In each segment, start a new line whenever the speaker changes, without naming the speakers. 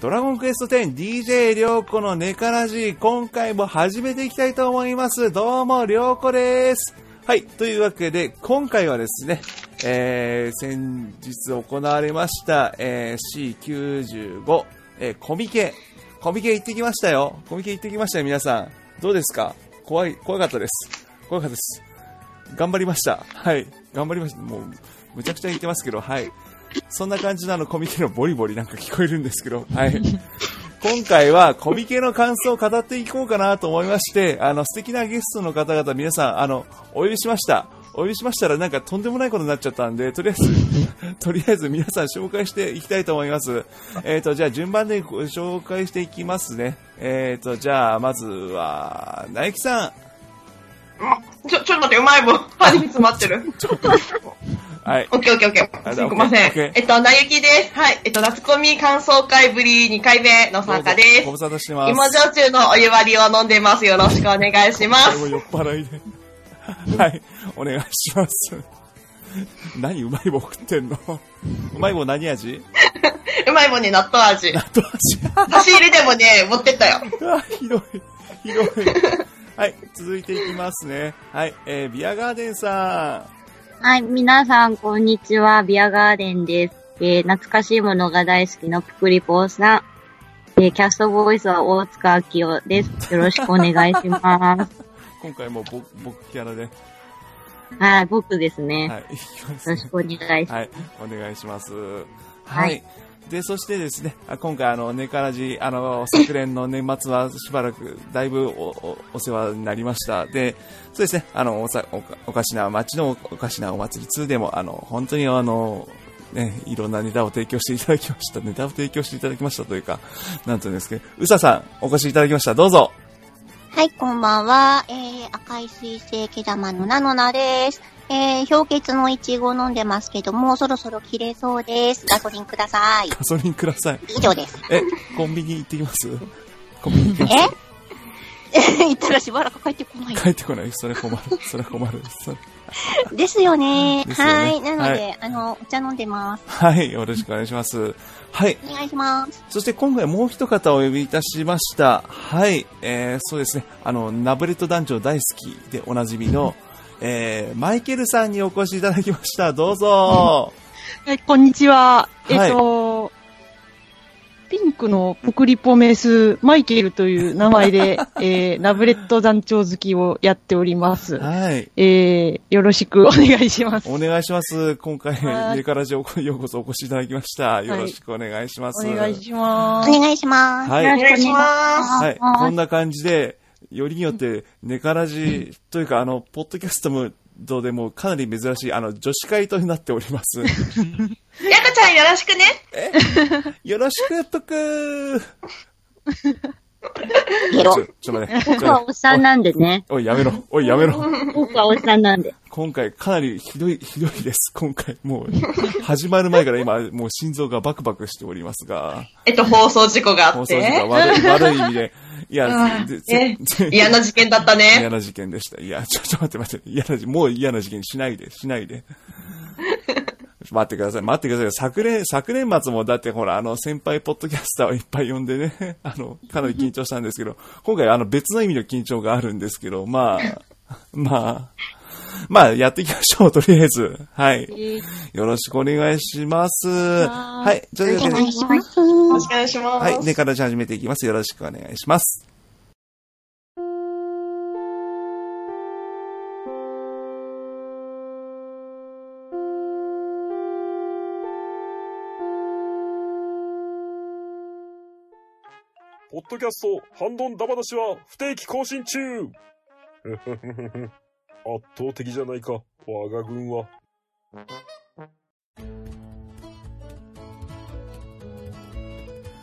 ドラゴンクエスト 10DJ りょうこのネカラジー、今回も始めていきたいと思います。どうも、りょうこです。はい、というわけで、今回はですね、えー、先日行われました、えー、C95、えー、コミケ。コミケ行ってきましたよ。コミケ行ってきましたよ、皆さん。どうですか怖い、怖かったです。怖かったです。頑張りました。はい。頑張りました。もう、むちゃくちゃ言ってますけど、はい。そんな感じなのコミケのボリボリなんか聞こえるんですけど、はい。今回はコミケの感想を語っていこうかなと思いまして、あの、素敵なゲストの方々、皆さん、あの、お呼びしました。お呼びしましたらなんかとんでもないことになっちゃったんで、とりあえず、 とりあえず皆さん紹介していきたいと思います。えっ、と、じゃあ順番でご紹介していきますね。えっ、と、じゃあまずは、ナイキさん。
まちょ、ちょっと待って、うまい 棒。歯に詰まってる。
はい。
オッケーオッケーオッケ
あ
ー。すいませ
オッケーオッ
ん。
ケ
えっと、なゆきです。はい。えっと、夏コミ感想会ぶり2回目の参加で
どうぞご無沙汰
す。
してます。
芋焼酎のお湯割りを飲んでます。よろしくお願いしま
これも
す。
酔っ払いで。はい、お願いします。何うまい棒食ってんのうまい棒何味
うまい棒ね、納豆味。
後味あ
差し入れで もね、持ってったよ。
ーひどい。ひどい。はい、続いていきますね。はい、えー、ビアガーデンさ
はい、皆さん、こんにちは。ビアガーデンです。えー懐かしいものが大好きなぷくりぽーさん。えーキャストボイスは大塚明夫です。よろしくお願い します。
ん。今回も僕、僕キャラで。
はい、僕ですね。
はい、いきます
よろしくお願いします。
はい、お願いします。はい。
はい
で、そしてですね、あ今回、あの、ネカラジ、あの、昨年の年末はしばらく、だいぶお、お、お世話になりました。で、そうですね、あの、おさ、おか、おかしな街のおかしなお祭り2でも、あの、本当にあの、ね、いろんなネタを提供していただきました。ネタを提供していただきましたというか、なんていうんですけど、うささん、お越しいただきました。どうぞ。
はい、こんばんは。えー、赤い水星毛玉のなのなです。えー、氷結のいちご飲んでますけども、そろそろ切れそうです。ガソリンください。
ガソリンください。
以上です。
え、コンビニ行ってきますコンビニ行きます
え言ったらしばらく帰ってこない。
帰ってこない。それ困る。それ困る。それ
ですよね。
ですよね
はい。なので、
は
あの、お茶飲んでます。
はい、よろしくお願いします。はい、
お願いします。
そして今回もう一方お呼びいたしました。はい、えー、そうですね、あの、ナブレット団長大好きでおなじみの、えー、マイケルさんにお越しいただきました。どうぞ。
はい、こんにちは。
い
えっ、と、ピンクのポクリポメス、マイケルという名前 で、えー、ラブレット団長好きをやっております。
はい。
えー、よろしくお願いします。
お願いします。今回、
はい
ネカラジオようこそお越しいただきました。よろしくお願いしま
お
す。
願いしま
お
す。
願いします。
はい
よ
お
ろ
願いします。
す
はい。こんな感じで、よりによって、ネカラジというか、あの、ポッドキャストも、どうでもかなり珍しい、あの、女子会となっております。
やかちゃんよろしくね。
よろしく、ぷくー
ゲロ
ちょ、ちょっと待って。
僕 はおっさんなんでね。
おい、やめろ。おい、やめろ。
僕はおっさんなんで。
今回、かなりひどい、ひどいです。今回、もう、始まる前から今、もう心臓がバクバクしておりますが、
えっと、放送事故があ
放
っ
送事故は悪
て。
い、悪い意味で、いや、ぜ
ね
ぜ
嫌な事件だった
嫌
ね。
な事件でした。いや、ちょっ と待って待って。嫌な事、もう嫌な事件しないで、しないで。 待ってください、待ってください。昨年、昨年末もだってほら、あの、先輩ポッドキャスターをいっぱい呼んでね、 あの、かなり緊張したんですけど、今回あの、別の意味の緊張があるんですけど、まあ、 まあ、まあ、やっていきましょう、とりあえず。はい。よろしくお願いします。はい。じゃあ、
お願いします。
よろしくお願いします。
はい。で、からじ始めていきます。よろしくお願いします。
ポッドキャスト、ハンドンダバなしは不定期更新中圧倒的じゃないか、我が軍は。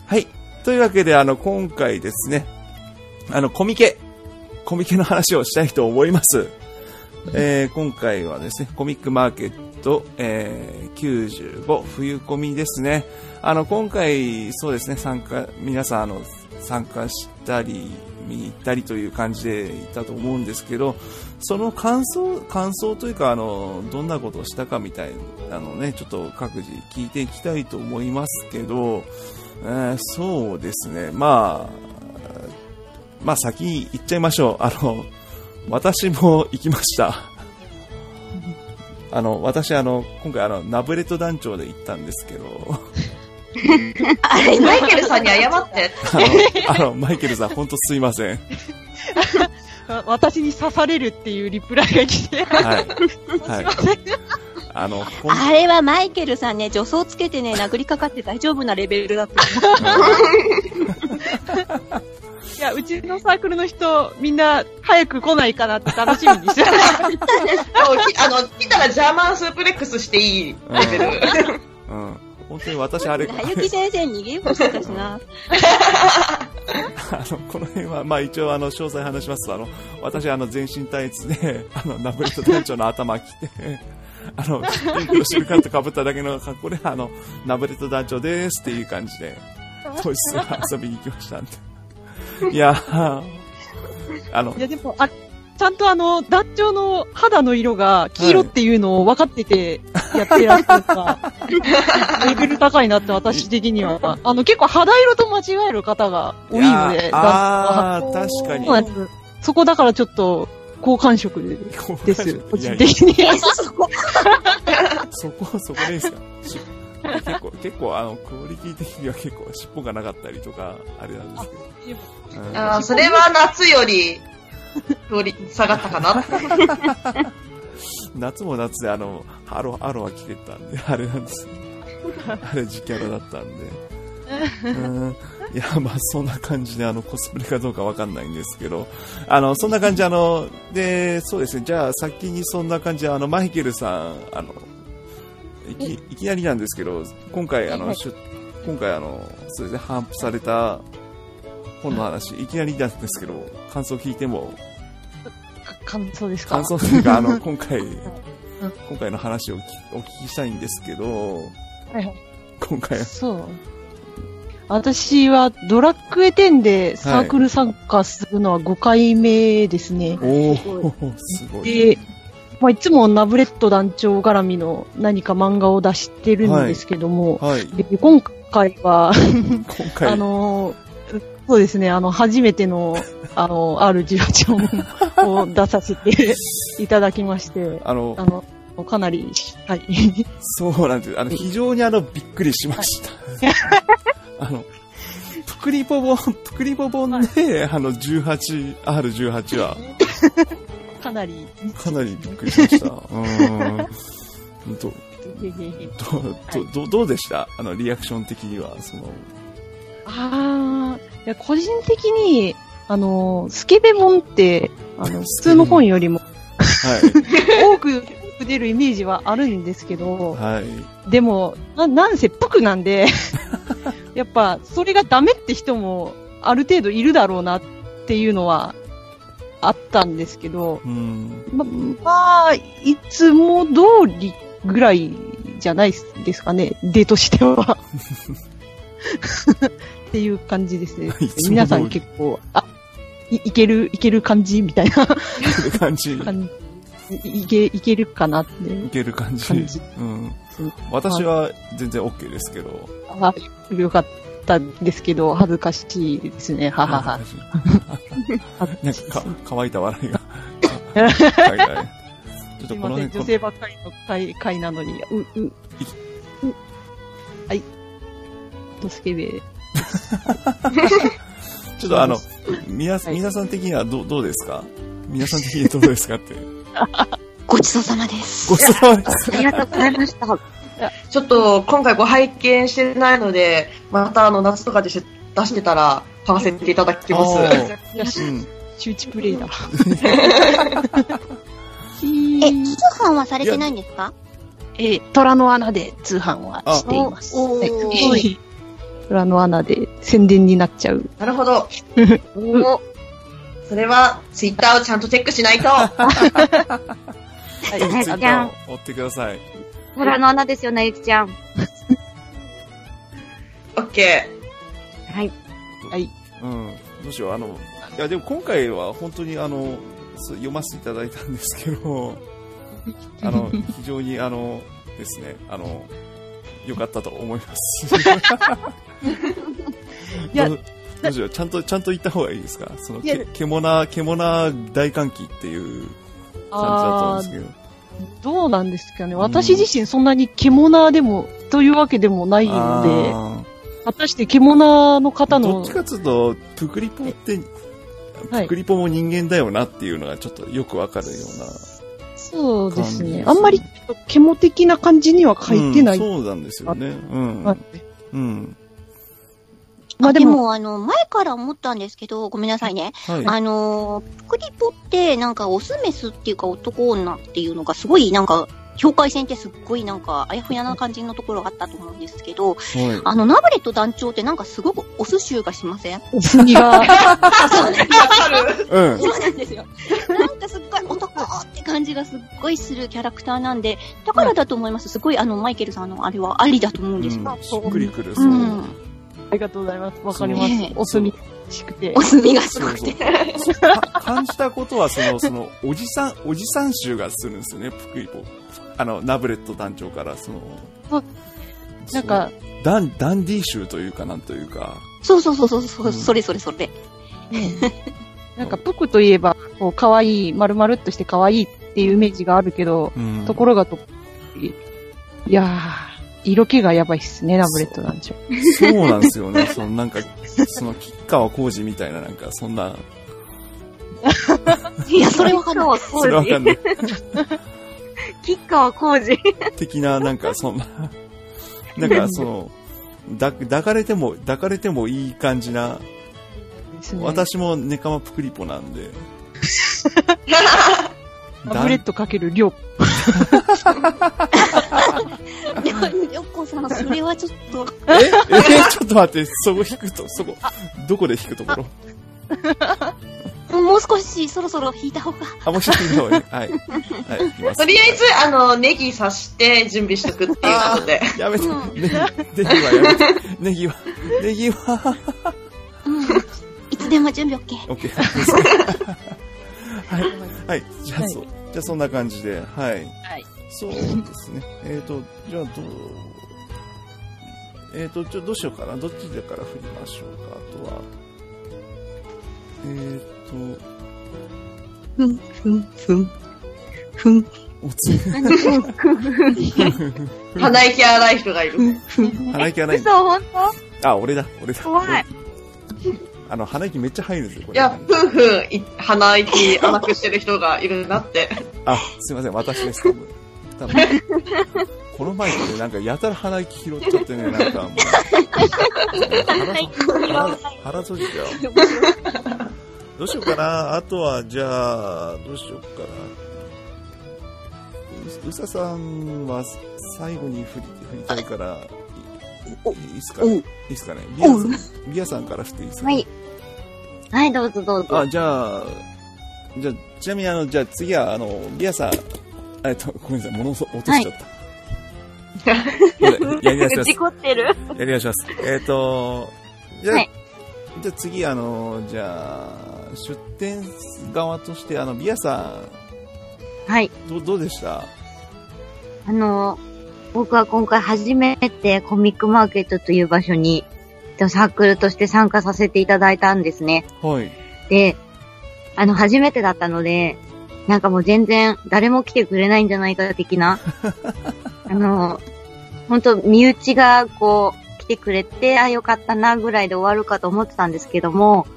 はい。というわけで、あの、今回ですね、あの、コミケ、コミケの話をしたいと思います。えー今回はですね、コミックマーケット、えー95冬コミですね。あの、今回、そうですね、参加、皆さん、あの、参加したり、見に行ったりという感じで行ったと思うんですけど、その感想、感想というか、あの、どんなことをしたかみたいなのをね、ちょっと各自聞いていきたいと思いますけど、えーそうですね、まあ、まあ先に行っちゃいましょう。あの、私も行きました。 あの、私、あの、今回、あの、ナブレット団長で行ったんですけど、
マイケルさんに謝って。
あの、あのマイケルさん、本当すいません。
わ私に刺されるっていうリプライが来て、
はい。はい。あの、ほん
あれはマイケルさんね、助走つけてね、殴りかかって大丈夫なレベルだった。
いや、うちのサークルの人、みんな早く来ないかなって楽しみにしてた。
でもきあの、来たらジャーマンスープレックスしていい。
うん。うん。本当に私、あれ、
なゆき先生逃げようとしてたし な。
あの、この辺は、まあ一応、あの、詳細話しますと、あの、私、あの、全身タイツで、 あの、ナブレット団長の頭着て、 あの、ピンクのシルカット被っただけの格好で、あの、ナブレット団長ですっていう感じで、当日は遊びに行きましたんで。いやー、あの
い、や、でも、あ、ちゃんとあの、団長の肌の色が黄色っていうのを分かっててやってらっしゃ るから、レベル高いなって私的には。あの、結構肌色と間違える方が多い
いや
ので、
ああ、
団
確かに
長。はそうなんですそこだからちょっと、好感触でです。個
いや
人
いや
的に。
そこ、そこでいいですかし結構、結構、あの、クオリティ的には結構、尻尾がなかったりとか、あれなんですけど。うん
あーそれは夏より、通り、下がったかな。
夏も夏で、あの、ハロ、アロは着てたんで、 あれなんですよ。あれ、時キャラだったんで。うんいや、まあ、そんな感じで、あの、コスプレかどうかわかんないんですけど、あの、そんな感じ、あの、で、そうですね、じゃあ、先にそんな感じで、あの、マイケルさん、あの、いきいきなりなんですけど、今回、あの、しゅ今回、あの、そうですね、反布された本の話、いきなりなんですけど、感想聞いても
感想ですか
感想というか、あの、今回、今回の話をきお聞きしたいんですけど、
はいはい
今回、
そう。私はドラクエ10でサークル参加するのは5回目ですね。
おおすごい。
で、まあ、いつもナブレット団長絡みの何か漫画を出してるんですけども、
はい、
で今回は、
今回、
あの、そうですね、あの、初め ての、あの、R18 本を出させていただきまして、
あの
あの、かなり、はい。
そうなんです。あの、非常にあの、びっくりしました。 あの、プクリポ本、プクリポ本で、あの、18、R18 は、
かなり、
かなりびっくりしました。うーん。ど、ど、ど、どどうでしたあの、リアクション的には、その、
あーいや、個人的に、あの、スケベモンって、あの、普通の本よりも
は
多く出るイメージはあるんですけど、
い、はい。
でも、ななんせプクな んで、やっぱ、それがダメって人も、ある程度いるだろうなっていうのは、あったんですけど、
うん。
ま、まあ、いつも通りぐらいじゃないですかね、デートして は。っていう感じですね
いつも通り。
皆さん結構、あ、いいける、いける感じみたいな
という感じ。
感じ、いいけ、いけるかなって。
いける感じ。
感じ
うん。私は全然 OK ですけど。
あよかったんですけど、恥ずかしいですね。ははは。
なんかか、乾いた笑いが。
い
はいはい。ちょっ
す
と
い
この
ません、
辺、
女性ばっかりの会会なのに。う、う、う、はい。ドスケベ。
ちょっとあの
そ、
皆
はい
皆さん的にはどうどうですか皆さん的にどうですかって。
ごちそうさまです。
ごちそうさま です。
ありがとうございました。
ちょっと、今回ご拝見してないので、またあの、夏とかでし出してたら、買わせていただきます。
いや、し
うん
周知プレイだ。
え、通販はされてないんですか
え、虎の穴で通販はしています。
お
はい
おー。
虎の穴で宣伝になっちゃう。
なるほど。
お
それは、ツイッターをちゃんとチェックし ないと。
ツイッタ
じゃ
ー
ん
を追ってください。
虎の穴ですよ、なゆきちゃん。
オッケ
はい。
はい。
うん。むしろあの、いや、でも今回は本当にあの、そう読ませていただいたんですけ ど、あの、非常にあの、ですね、あの、良かったと思います。
いや
どう、どうしようちゃんと、ちゃんと言った方がいいですかその、
いや
け獣、獣大歓喜っていう感じだと思うんですけど。
どうなんですかね。私自身そんなに獣でも、というわけでもないので、
あ
果たして獣の方
ーど
の
っち、かっつうと、プクリポって、
はい
プクリポも人間だよなっていうのがちょっとよくわかるような。
そう
感じで
です
すね
ね。あんまり獣的な感じには書いてない。
うんそうなんですよね。うん。
はい
うん。
まあで
でも
も、
あの、前から思ったんですけど、ごめんなさいね。
はい。
あのー、プクリポって、なんか、オスメスっていうか男女っていうのがすごい、なんか、境界線ってすっごいなんか、あやふやな感じのところがあったと思うんですけ
は
ど、
い
あの、ナブレット団長ってなんかすごくオス臭がしません
お国 が、
うん。
そうなんですよ。なんかすっごい男って感じがすっごいするキャラクターなんで、だからだと思います。すごいあの、マイケルさんのあれはありだと思うんですが。
しっくりくる、
う
そ
ん。
う。
ありがとうございます。わかりま
ね
す
え。
お墨しくて
お。墨がすご くて。
か感じたことは、その、その、おじさん、おじさん臭がするんですよね、プクリポ。あの、ナブレット団長から、その
あ、なんか、
そう、ダン、ダンディ臭というか、なんというか、
そうそうそうそうそう、
うん
それそれそれ。
なんか、プクといえば、こう、可愛い、丸々っとして可愛いっていうイメージがあるけど、
うん
ところがと、いいやー、色気がやばいっすね、ラブレット団長。
そうなんですよね。その、なんか、その、吉川浩二みたいな、なんか、そんな、
いや、それわかんない。
それわかんない。
吉川浩二。
的な、なんか、そんな、 なんか、その、だ抱かれても、抱かれてもいい感じな、
ですね。
私もネカマプクリポなんで。
ラブレットかける量。
でも、りょっこさん、それはちょっと、
え えちょっと待って、そこ引くと、そこ、どこで引くところ
もう少しそろそろ引いた方が。
あ、もう一人の方に。はい。はい、行きま
とりあえず、あの、ネギ刺して準備しとくっていうことで。
す。やめて、
う
ネギ、ネギはやめて。ネギは、ネギは、
うん。いつでも準備 OK。
オッ ケーです。はい。はい。じゃあ、そう。じゃあ、そんな感じで、はい。
はい。
そうですね。えっ、ー、と、じゃあ、どう、えっ、ー、と、ちょ、どうしようかな。どっちでから振りましょうか。あとは、えっ、ー、と、
ふん、ふん、ふん。ふん、
おつ、
鼻息荒い人がいる。
ふん。
鼻息がないんだ
嘘、ほんと
あ、俺だ、俺だ。
怖い。
あの、鼻息めっちゃ入るんですよ、こ
い
れ。
や、ふんふんい、鼻息荒くしてる人がいるなって。
あ、すいません、私です、多分。多分この前でね、なんかやたら鼻息拾っちゃってね、なん かもう。腹腹腹閉じちゃう。どうしようかな。あとは、じゃあ、どうしようかな。ううささんは最後に振り振りたいから、いいいですかね。いいですかね。ビアさんビアさんから振っていいですか、
は
ね、
い。はい、どうぞどうぞ。
あ、じゃあ、じゃあ、ちなみにあの、じゃあ次は、あの、リアさん、えっと、ごめんなさい、物を落としちゃった。はい、やり直しま
事
す。
故ってる
やり直します。えっ、と、じゃあ、
はい
じゃあ次、あの、じゃあ、出店側として、あの、リアさ
はい。
ん、どうどうでした
あの、僕は今回初めてコミックマーケットという場所に、えっとサークルとして参加させていただいたんですね。
はい。
で、あの、初めてだったので、なんかもう全然誰も来てくれないんじゃないか的な。あの、ほんと身内がこう来てくれて、あ、よかったなぐらいで終わるかと思ってたんですけども、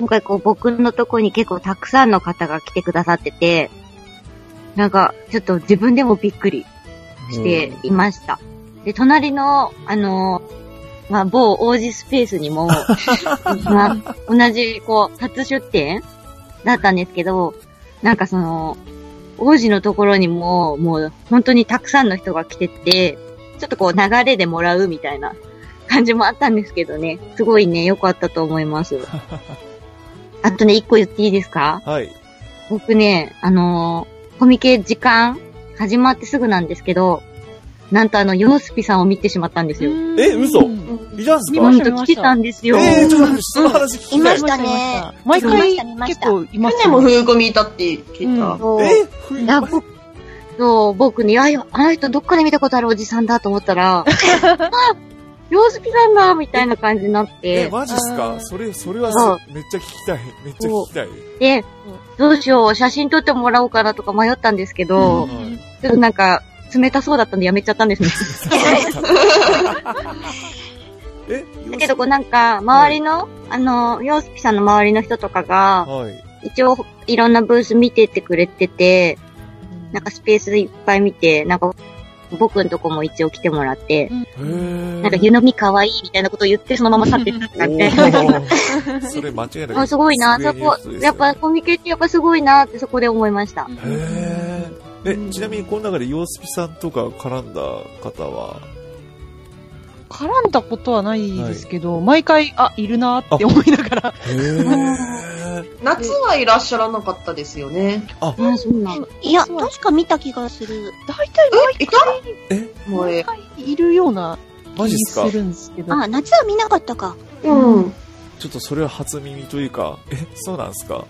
今回こう僕のとこに結構たくさんの方が来てくださってて、なんかちょっと自分でもびっくりしていました。で、隣の、あの、まあ、某王子スペースにも、まあ、同じ、こう、初出店だったんですけど、なんかその、王子のところにも、もう本当にたくさんの人が来てて、ちょっとこう流れでもらうみたいな感じもあったんですけどね、すごいね、良かったと思います。あとね、一個言っていいですか
はい。
僕ね、あのーコミケ時間始まってすぐなんですけど、なんとあの、ヨースピさんを見てしまったんですよ。
え嘘
うん
見たんす
見
か
ま
本
した
当来てたんですよ。
えー、ちょっとその話聞きたい
い。ましたね
毎回
見まし
結
た見
構いま
去
す
年も
よね。
冬コミいたって聞いた。
うん
そう
えふ
なんかそう、僕に、あいや、あの人どっかで見たことあるおじさんだと思ったら、あ、洋介さんだみたいな感じになっ
え、
て、
マジっす
あ
か
ー
それ、それは
そ
めっちゃ聞きたい。めっちゃ聞きたい。
で、どうしよう、写真撮ってもらおうかなとか迷ったんですけど、
はい
ちょっとなんか、冷たそうだったんでやめちゃったんですね。
え
だけど、こうなんか、周りの、あの、洋介さんの周りの人とかが、
はい。
一応、いろんなブース見てってくれてて、なんかスペースいっぱい見て、なんか、僕のとこも一応来てもらっ
へ
て、なんか、
ー
湯飲み可愛いみたいなことを言って、そのまま去ってったみたいな。
おー それ間違いなく
あすごいな、
机
そ
に行
こ
く人で、す
や
よ
っぱコミケってやっぱすごいなってそこで思いました。
へーえ、ちなみにこの中で洋介さんとか絡んだ方は、
絡んだことはないですけど、毎回、あ、いるなって思いながら。
へー
夏はいらっしゃらなかったですよね。
あ、そうなん
いや、
そう
確か見た気がする。
大体
えいた
え
もう
毎
え。
回いるような気
マジっ
に
すか
するんですけど。
あ、夏は見なかったか。
うん。
ちょっとそれは初耳というか、え、そうなんすか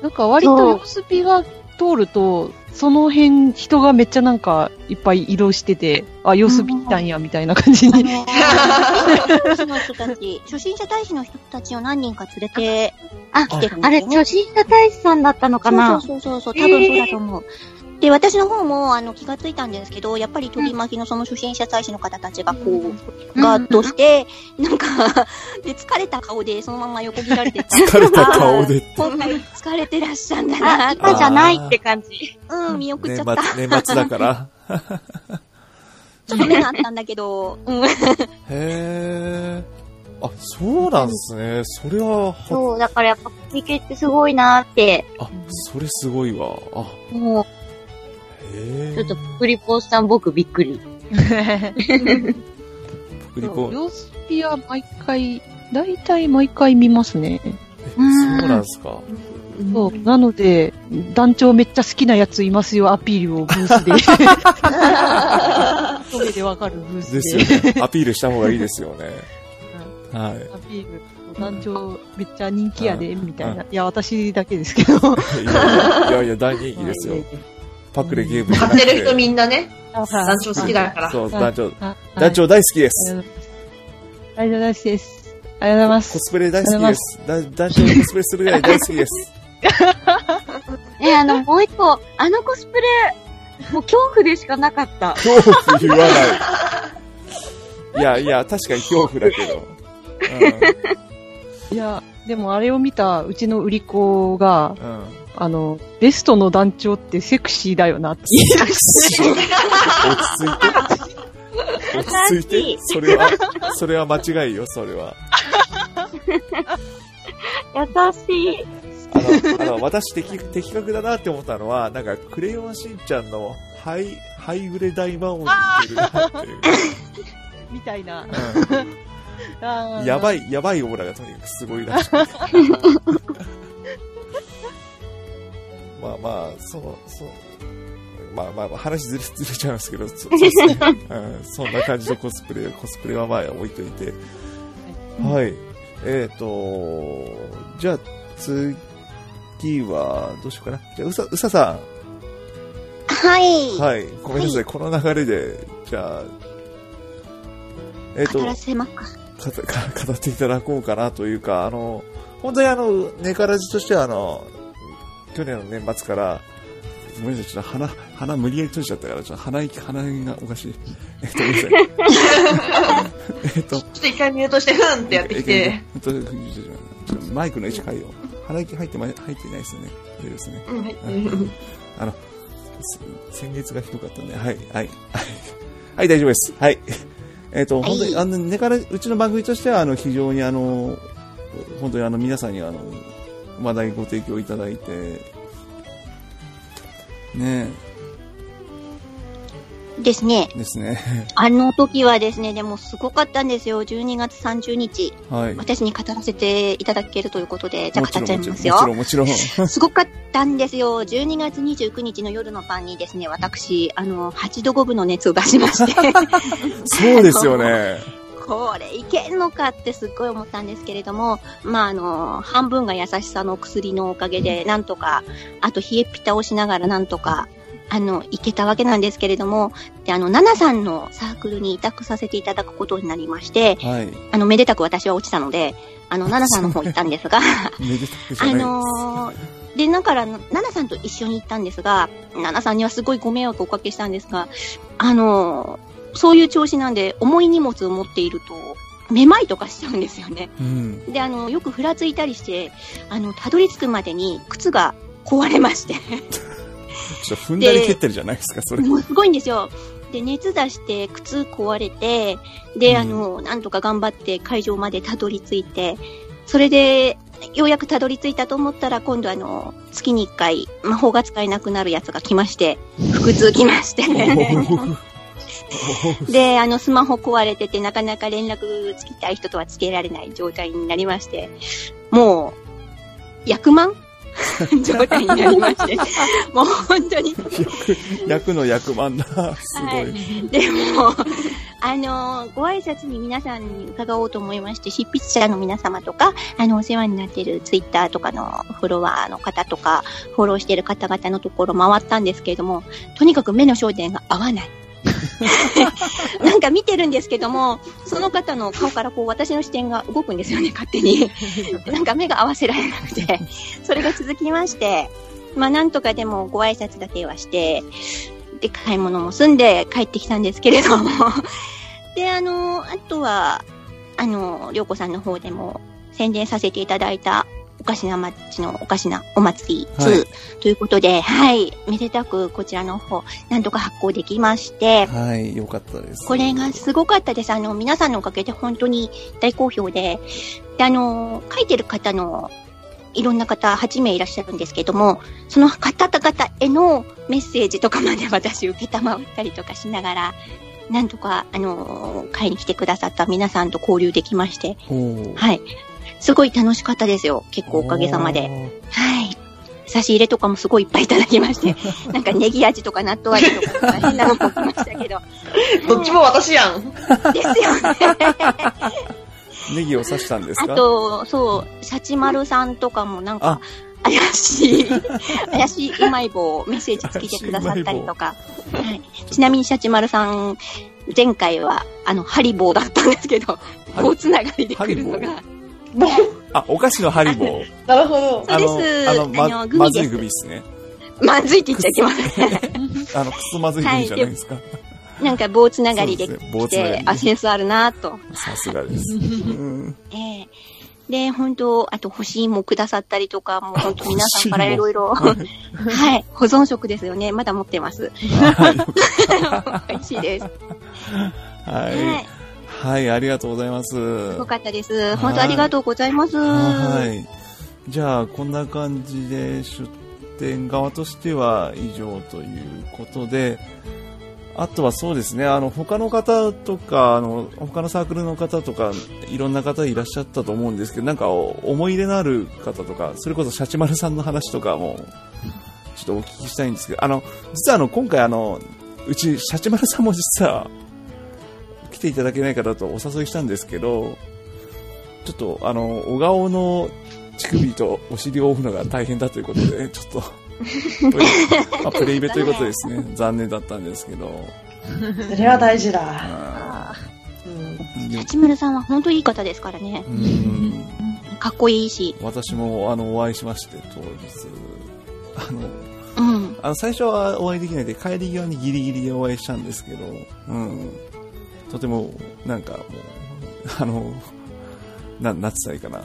なんか割と様子見が通ると、その辺人がめっちゃなんかいっぱい移動してて、あ、様子見たんやみたいな感じ
あ
に。
のー、大使の人たち、 初心者大使の人たちを何人か連れて、
あ
来てるん、
あ
で
れ、
すよね
初心者大使さんだったのかな
そうそうそうそう、多分そうだと思う。で、私の方もあの気がついたんですけど、やっぱり取り巻きのその初心者大使の方たちがこう、ガーッとして、なんか、 で、疲れた顔でそのまま横切られてた。
疲れた顔で。
今回疲れてらっしゃん
あ、
だ
今じゃないって感じ。
な。うん、見送っ
年
ちゃ
末
った。、
年末だから。
ちょっと目があったんだけど、うん。
へーあ、そうなんですね。それは、は
そう、だからやっぱコミケってすごいなって、
あ、それすごいわ。あ、
も
へー
う、ちょっとプリポーさん僕びっくり。
プリコン
様子見は毎回、大体毎回見ますね。
えそうなんすか
そう。なので、団長めっちゃ好きなやついますよ、アピールをブー スで。一目でわかるブースで。
ですよ ね。アピールした方がいいですよね。はい。
アピール。団長めっちゃ人気やで、みたいな。いや、私だけですけど。
いやいやいや、大人気ですよ。パクレゲームじゃな
買
く
ってる人みんなね、 団
団
長好きだから。
そう、団長、
長
団長大好きです。
ありがとうございます。です。ありがとうございま
コ
す。
スプレ大好きです。だ団長のコスプレするぐらい大好き です。
え、あ の、もう一個、あのコスプレ、もう恐怖でしかなかった。
恐怖言わない。いやいや、確かに恐怖だけど。
いや、でもあれを見たうちの売り子が、
うん。うん。
あの、ベストの団長ってセクシーだよなって。
落ち着いて。落ち着いて。それは、それは間違いよ、それは。
優しい。
あの、あ の私的、的確だなって思ったのは、なんか、クレヨンしんちゃんの、ハイ、ハイグレ大魔王に似てるなっていう。
みたいな。
う
あ
ん
ー
やばい、やばいオーラがとにかくすごいらしくて。 まあまあ、その、そう、まあまあまあ、話ずれずれちゃうんですけど、そそうです ね、うん。そんな感じのコスプレ、コスプレはまあ置いといて。はい。えっ、と、じゃあ、次は、どうしようかな。じゃあ、うさ、うささ
はい。
ん。はい。ごめんなさい。この流れで、じゃあ、えっ、
語らせますか。
かか語っていただこうかなというか、あの、本当にあの、ネカラジとしてはあの、去年の年末から、ごめんなさい、ちょっと鼻、鼻無理やり閉じちゃったから、ちょっと鼻息、鼻息がおかしい。えっと、ごめんなさい。えっと、
ちょっと一回ミュートして、ふんって やってきて。
えっと。えっとちょっとマイクの位置変えよう。鼻息入ってま、入っていないですよね。大丈夫ですね。
うんはい
あの、す先月がひどかったんで、はい、はい、はい。 はい、大丈夫です。はい。 えっ、と、本当に、あの、ねから、うちの番組としては、あの、非常にあの、本当にあの、皆さんにあの、話題ご提供いただいて、ね
ですね。
え、ですね。
あの時はですね、でもすごかったんですよ。12月30日。
はい。
私に語らせていただけるということで、じゃあ
も
語っちゃいます
もち
よ。
ろん、もちろん。も ちろん
すごかったんですよ。12月29日の夜の晩にですね、私、あの、8度5分の熱を出しまして、
そうですよね。
これいけんのかってすっごい思ったんですけれども、まあ、あの、半分が優しさの薬のおかげで、なんとか、あと冷えピタをしながらなんとか、あの、いけたわけなんですけれども、で、あの、ナナさんのサークルに委託させていただくことになりまして、
はい。
あの、めでたく私は落ちたので、あの、ナナさんの方行ったんですが、
めでたくじゃ
あ
ないです。
のー、で、だから、なナナさんと一緒に行ったんですが、ナナさんにはすごいご迷惑をおかけしたんですが、あのー、そういう調子なんで、重い荷物を持っていると、めまいとかしちゃうんですよね。
うん。
で、あの、よくふらついたりして、あの、たどり着くまでに靴が壊れ まして、
ちょっと踏んだり蹴ってるじゃないですか、それ。
もうすごいんですよ。で、熱出して、靴壊れて、で、
うん
あの、なんとか頑張って会場までたどり着いて、それで、ようやくたどり着いたと思ったら、今度あの、月に一回、魔法が使えなくなるやつが来ま して、腹痛来まして、 で、あの、スマホ壊れてて、なかなか連絡つきたい人とはつけられない状態になりまして、もう、役満 状態になりまして、もう本当に、
役の役満だ。すごい。
でも、あのご挨拶に皆さんに伺おうと思いまして、執筆者の皆様とか、あの、お世話になっているツイッターとかのフォロワーの方とか、フォローしている方々のところ回ったんですけれども、とにかく目の焦点が合わない。 なんか見てるんですけども、その方の顔からこう私の視点が動くんですよね、勝手に。なんか目が合わせられなくて、それが続きまして、まあなんとかでもご挨拶だけはして、で、買い物も済んで帰ってきたんですけれども。 で、あの、あとは、あの、りょうこさんの方でも宣伝させていただいた、おかしな町のおかしなお祭り2、
はい
ということで、はい、めでたくこちらの方、なんとか発行できまして、
はい、よかったです。
これがすごかったです。あの、皆さんのおかげで本当に大好評で、で、あの、書いてる方の、いろんな方8名いらっしゃるんですけども、その方々へのメッセージとかまで 私受けたまわったりとかしながら、なんとか、あの、会に来てくださった皆さんと交流できまして、
おー、
はい。すごい楽しかったですよ。結構おかげさまで。はい。差し入れとかもすごいいっぱいいただき まして、なんかネギ味とか納豆味とか変なのも来ましたけど。
どっちも私やん。
ですよね。
おー。ネギを刺したんです
あ
か
と、そう、シャチマルさんとかもなんか、怪しい、怪しいうまい棒メッセージつけてくださったりとか。はい、ちなみにシャチマルさん、前回は、あの、ハリボーだったんですけど、
リ
こうつながりで来るの
ハ
が。
あ、お菓子のハリボー。
なるほど。
そうです
あの、あのま
あのグミ
まず
です
いグミですね。
まずいって言っちゃいけません。
あの、くそまずいグミじゃないですか。
なんか棒つながりで
そうですね
来
棒つながり
て
で、
あ、センスあるなぁと。
さすがです。うん
ええで、本当あと、欲しいもくださったりとか、もう本当皆さんからいろいろ、 はい、保存食ですよね。まだ持ってます。 美味しいです。
は。
はい
はい、ありがとうございます。
い。よかったです。本当ありがとうございます。
はい。じゃあ、こんな感じで出店側としては以上ということで、あとはそうですね、あの、他の方とか、あの、他のサークルの方とか、いろんな方いらっしゃったと思うんですけど、なんかお思い入れのある方とか、それこそシャチマルさんの話とかも、ちょっとお聞きしたいんですけど、あの、実はあの、今回あの、うち、シャチマルさんも実は、来ていただけないかだとお誘いしたんですけど、ちょっと、あの、お顔の乳首とお尻を追うのが大変だということで、ちょっと、まあプレイベということですね。残念だったんですけど。
それは大事だ。
あ
うん。
ーで
八村さんは本当いい方ですからね。
うん
かっこいいし。
私も、あの、お会いしまして、当日。あの、
うん。
あの最初はお会いできないで、帰り際にギリギリでお会いしたんですけど、うん。とても、なんかもう、あの、 な、なんつったらいいかな。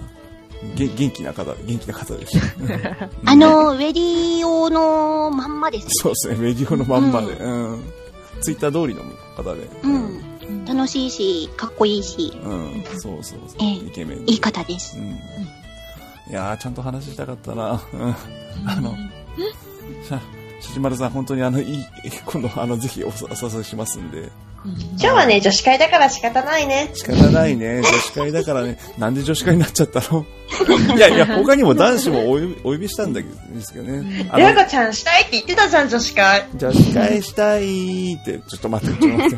げ元気な方、元気な方で した。うん
あ、の、ウェディオのまんまです。
そうですね、メディオのまんまで。うん。ツイッター通りの方で。
うん。楽しいし、かっこいいし、
うん。そうそうそう。
ええ
イケメンで。
いい方です
う。ん。いやー、ちゃんと話したかったな。 うん。あの、 しゃ、しじまるさん、本当にあの、い い、今度、あの、ぜひおお誘いしますんで。
今日はね、女子会だから仕方ないね。
仕方ない ね。女子会だからね。なんで女子会になっちゃったの いやいや、他にも男子もお呼びお呼びしたんだけど、ですけどね。あ
りょう
の、
こちゃんしたいって言ってたじゃん、女子会。
女子会したいって、ちょっと待って、ちょっと待って。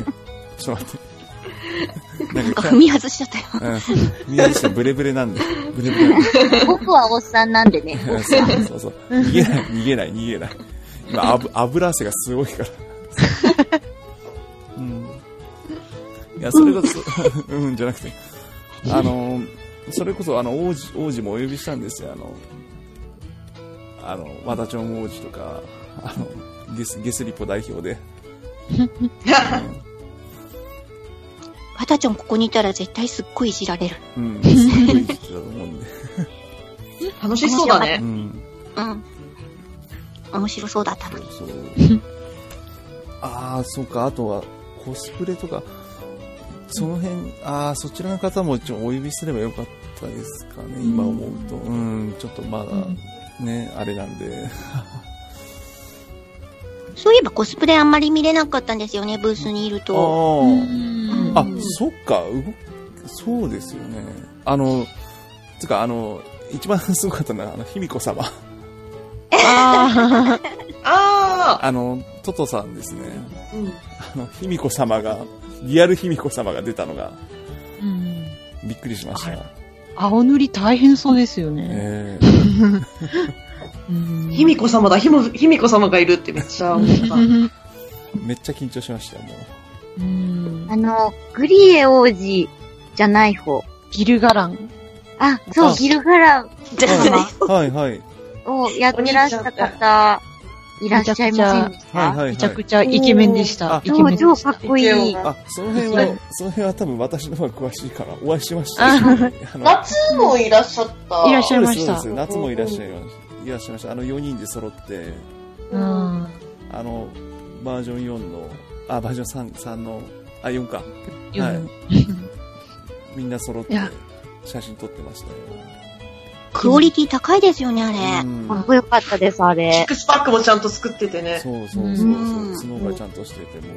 ちょっと待って。なん
あ
かキ
踏
ャ
み外しちゃったよ。
うん。宮下ブレブレなんで。ブレブレ。
僕はおっさんなんでね。
そうそうそう。逃げない、逃げない、逃げない。今、あぶ油汗がすごいから。うん。いや、それこそ、うん、じゃなくて。あの、それこそ、あの、王子、王子もお呼びしたんですよ。あの、あの、和田町王子とか、あの、ゲス、ゲスリポ代表で。
わたちゃんここにいたら絶対すっごいいじられる。
うん、すっごい人だと思うんで。
楽しそうだね
う。ん。
うん。面白そうだったのに。
そう。 ああ、そうか、あとはコスプレとか、その辺、ああ、そちらの方もちょお呼びすればよかったですかね、今思うと。うん、ちょっとまだ、ね、あれなんで。
そういえばコスプレあんまり見れなかったんですよね、ブースにいる
あ
と。
あ、あ、そっか、動くそうですよね。あの、つうか、あの、一番すごかったのは、あの、卑弥呼 様。
あ
あ
あの、トトさんですね。
あ、うん、
あの、卑弥呼様が、リアル卑弥呼様が出たのが、
ーうん
びっくりしました。
青塗り大変そうですよね。
ええ
うん
卑弥呼様だ、ひも卑弥呼様がいるってめっちゃ思った。
めっちゃ緊張しましたよ、もう。
うん
あの、グリエ王子じゃない方。
ギルガラン。
あ、そ
あ
う、ギルガラ
じゃあね
はいはい。
をやってらした方、いらっしゃいませんでした
はいはいはい。
めちゃくちゃイケメンでした
あ。
イケメンで
そう、
し
超か
た
っ。こいい。
あ、その辺
う
は、その辺は多分私の方が詳しいから、お会いしましたし。 あの
夏もいらっしゃった
いらっしゃいま
そうで
し
すそ
た
うです夏もいらっしゃいました。いらっしゃいました。あの、4人で揃って、
うん
あの、バージョン4の、あ、バージョン3、3の、あ、4か。はいみんな揃っ
い
て
や、
写真撮ってましたよ。
クオリティ高いですよね、あれ。
うん
かっこよかったです、あ
キッ
れ。
クスパックもちゃんと作っててね。
そうそうそう
うん
そう。角がちゃんとしてて、も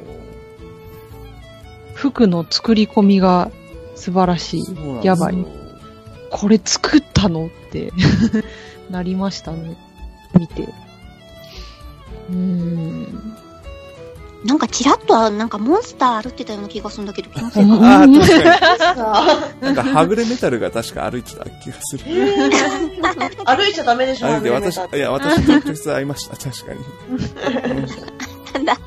服の作り込みが素晴らしい。
う、
やばい
そうなんですよ。
これ作ったのって なりましたね。見て。うーん。
なんかチラッとは、なんかモンスター歩ってたような気がするんだけど、気のせいかな
あー、 確かに。
あ
なんか、はぐれメタルが確か歩いてた気がする。
歩いちゃダメでしょ、
あれで
歩いて
私、
たっ
い
て
や、私と直接会いました、確かに。うん
なんだ。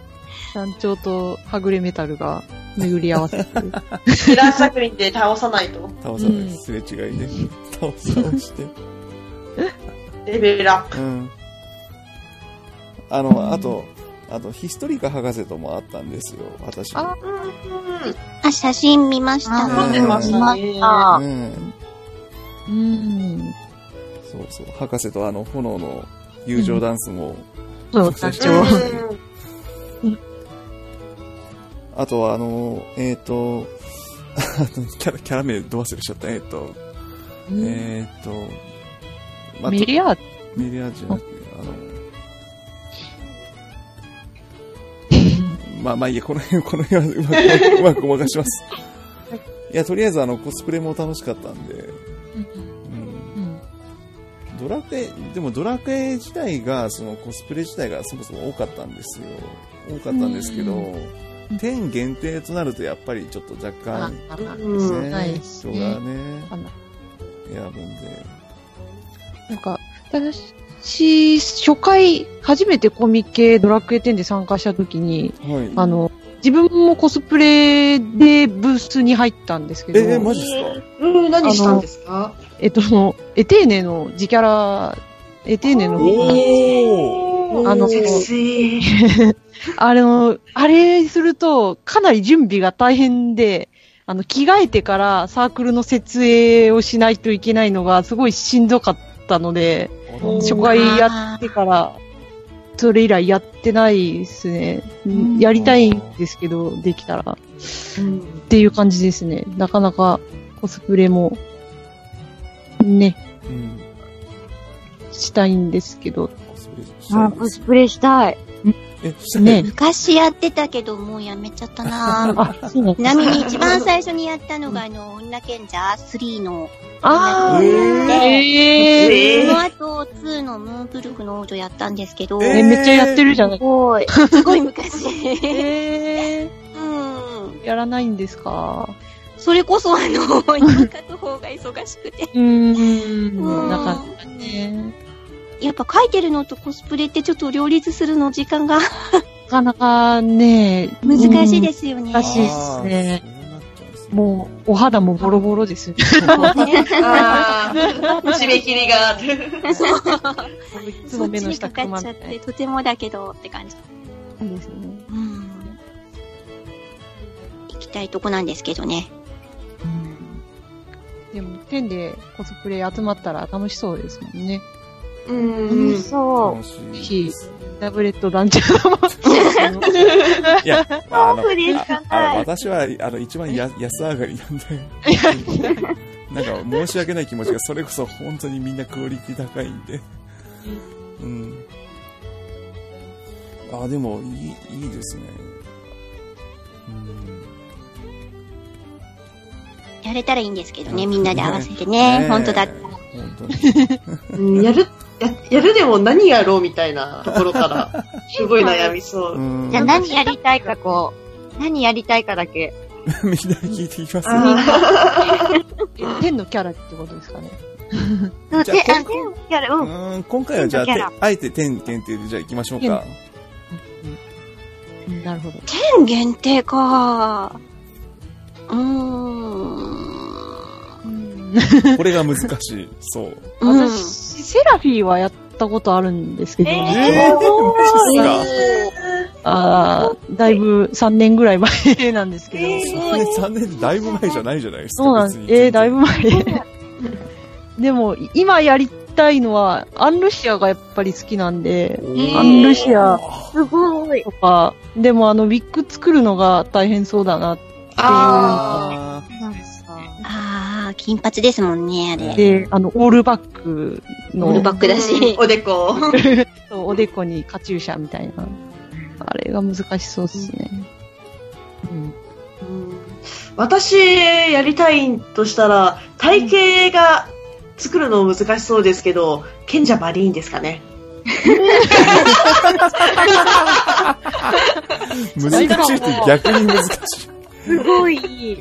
団長とはぐれメタルが巡り 合わせてる。
キラー作品で倒さないと。
倒さな
うん
い、すれ違いで。倒さをして。
レベルアップ。
うん。あの、あと、あと、ヒストリカ博士とも会ったんですよ、私。
あ
あ、写真見ました。
あ
撮ってましたね。
あ
うん。
うーん。
そうそう、博士とあの、炎の友情ダンスも。
そう、
そ
団
う
長。
うん
あとは、あの、えっと、 あのキャラ、キャラ名ど忘れしちゃった。えっと、
うん
えっと、まあ
メリアーテ
メディアじゃなくて、あの、まあまあいいや、この辺、こ の辺はうまく、う まくごまかします。いや、とりあえずあの、コスプレも楽しかったんで、うん。
うん
ドラクエ、でもドラクエ自体が、そのコスプレ自体がそもそも多かったんですよ。多かったんですけど
う、ん
天限定となるとやっぱりちょっと若
あ
干、ね、
ああ
うん
ないです
人
ね
がね、
あの
選ぶんで。
なんか、私、初回、初めてコミケドラクエ10で参加した時に、
はい。
あの、自分もコスプレでブースに入ったんですけど、
えー、マジっすか
うん、何したんですか
えっと、そのエテーネの自キャラ、エテーネの、
お
ーあの
セクシー。
あれの、あれすると、かなり準備が大変で、あの、着替えてからサークルの設営をしないといけないのが、すごいしんどかったので、
うん
初回やってから、それ以来やってないですね。
ん
やりたいんですけど、できたら。
うん
っていう感じですね。なかなかコスプレも、ね、
うん
したいんですけど。
コスプレした
あ、
い
コ
で
ス
す
プレしたい。
え、したい
ね。
昔やってたけど、もうやめちゃったな ぁ。
あ、そうなん
ちなみに一番最初にやったのが、あの、女賢者3の、
あー
え
え
え
そ
ー、
の後2のムーンブルフの王女やったんですけど、
え
えめっちゃやってるじゃ
す
ない。
ごい。
すごい昔。
えー、
うん。
やらないんですか
それこそあの、今書く方が忙しくて。
うーん、
ん
なかなかね。
やっぱ書いてるのとコスプレってちょっと両立するの時間が
なかなかね、。
難しいですすよね。
難しいっすねもう、お肌もボロボロですよね。
あー締め切りがある。
いつ
そ
も
っ
目
ち
の
に
下
か
く
か
ま
っちゃ
み
った
い
て、とてもだけどって感じ。
な。ですね。
うん。行きたいとこなんですけどね。
でも、天でコスプレ集まったら楽しそうですもんね。
うん。
そう。
ぜひ、ダブレット団長も。
いや、あの、
そうですか
ああの私は、あの、一番や安上がりなんで。なんか、申し訳ない気持ちが、それこそ本当にみんなクオリティ高いんで。うん。あ、でも、いい、いいですね。うん。
やれたらいいんですけどね、みんなで合わせてね。
え
本当だったら。
本当に。
うんやる、ややるでも何やろうみたいなところから、すごい悩みそうう。
ん。みん
じゃあ
な
何やりたいかこう、何やりたいかだけ。
聞いていきます
あ
天のキャラってことですかね。
そう、
じゃあ
で、
こ
あ、でやる、
う
うん。
ん、今回はじゃあ、
天
て
のキャ
あえて天限定でじゃあ行きましょうか。
なるほど。
天限定か。うーん。
これが難しい。そう。
うん
私、セラフィーはやったことあるんですけど、
え
え
えー、マジっすか
あーだいぶ3年ぐらい前なんですけど、
3年、3年ってだいぶ前じゃないじゃないですか。
そうなんです
別。に
えー、だいぶ前。 でも、今やりたいのは、アンルシアがやっぱり好きなんで、アンルシア
すごい。
とか、でもあの、ウィッグ作るのが大変そうだなっ
あ
あ
あー、金髪ですもんね、あれ。
て、あの、オールバックの、
オールバックだ
ー
し。
おでこ。
そうおでこにカチューシャみたいな。あれが難しそうですね。うん。
うん私、やりたいとしたら、体型が作るの難しそうですけど、賢者バリーンですかね。
難しいって逆に難しい。
すごい。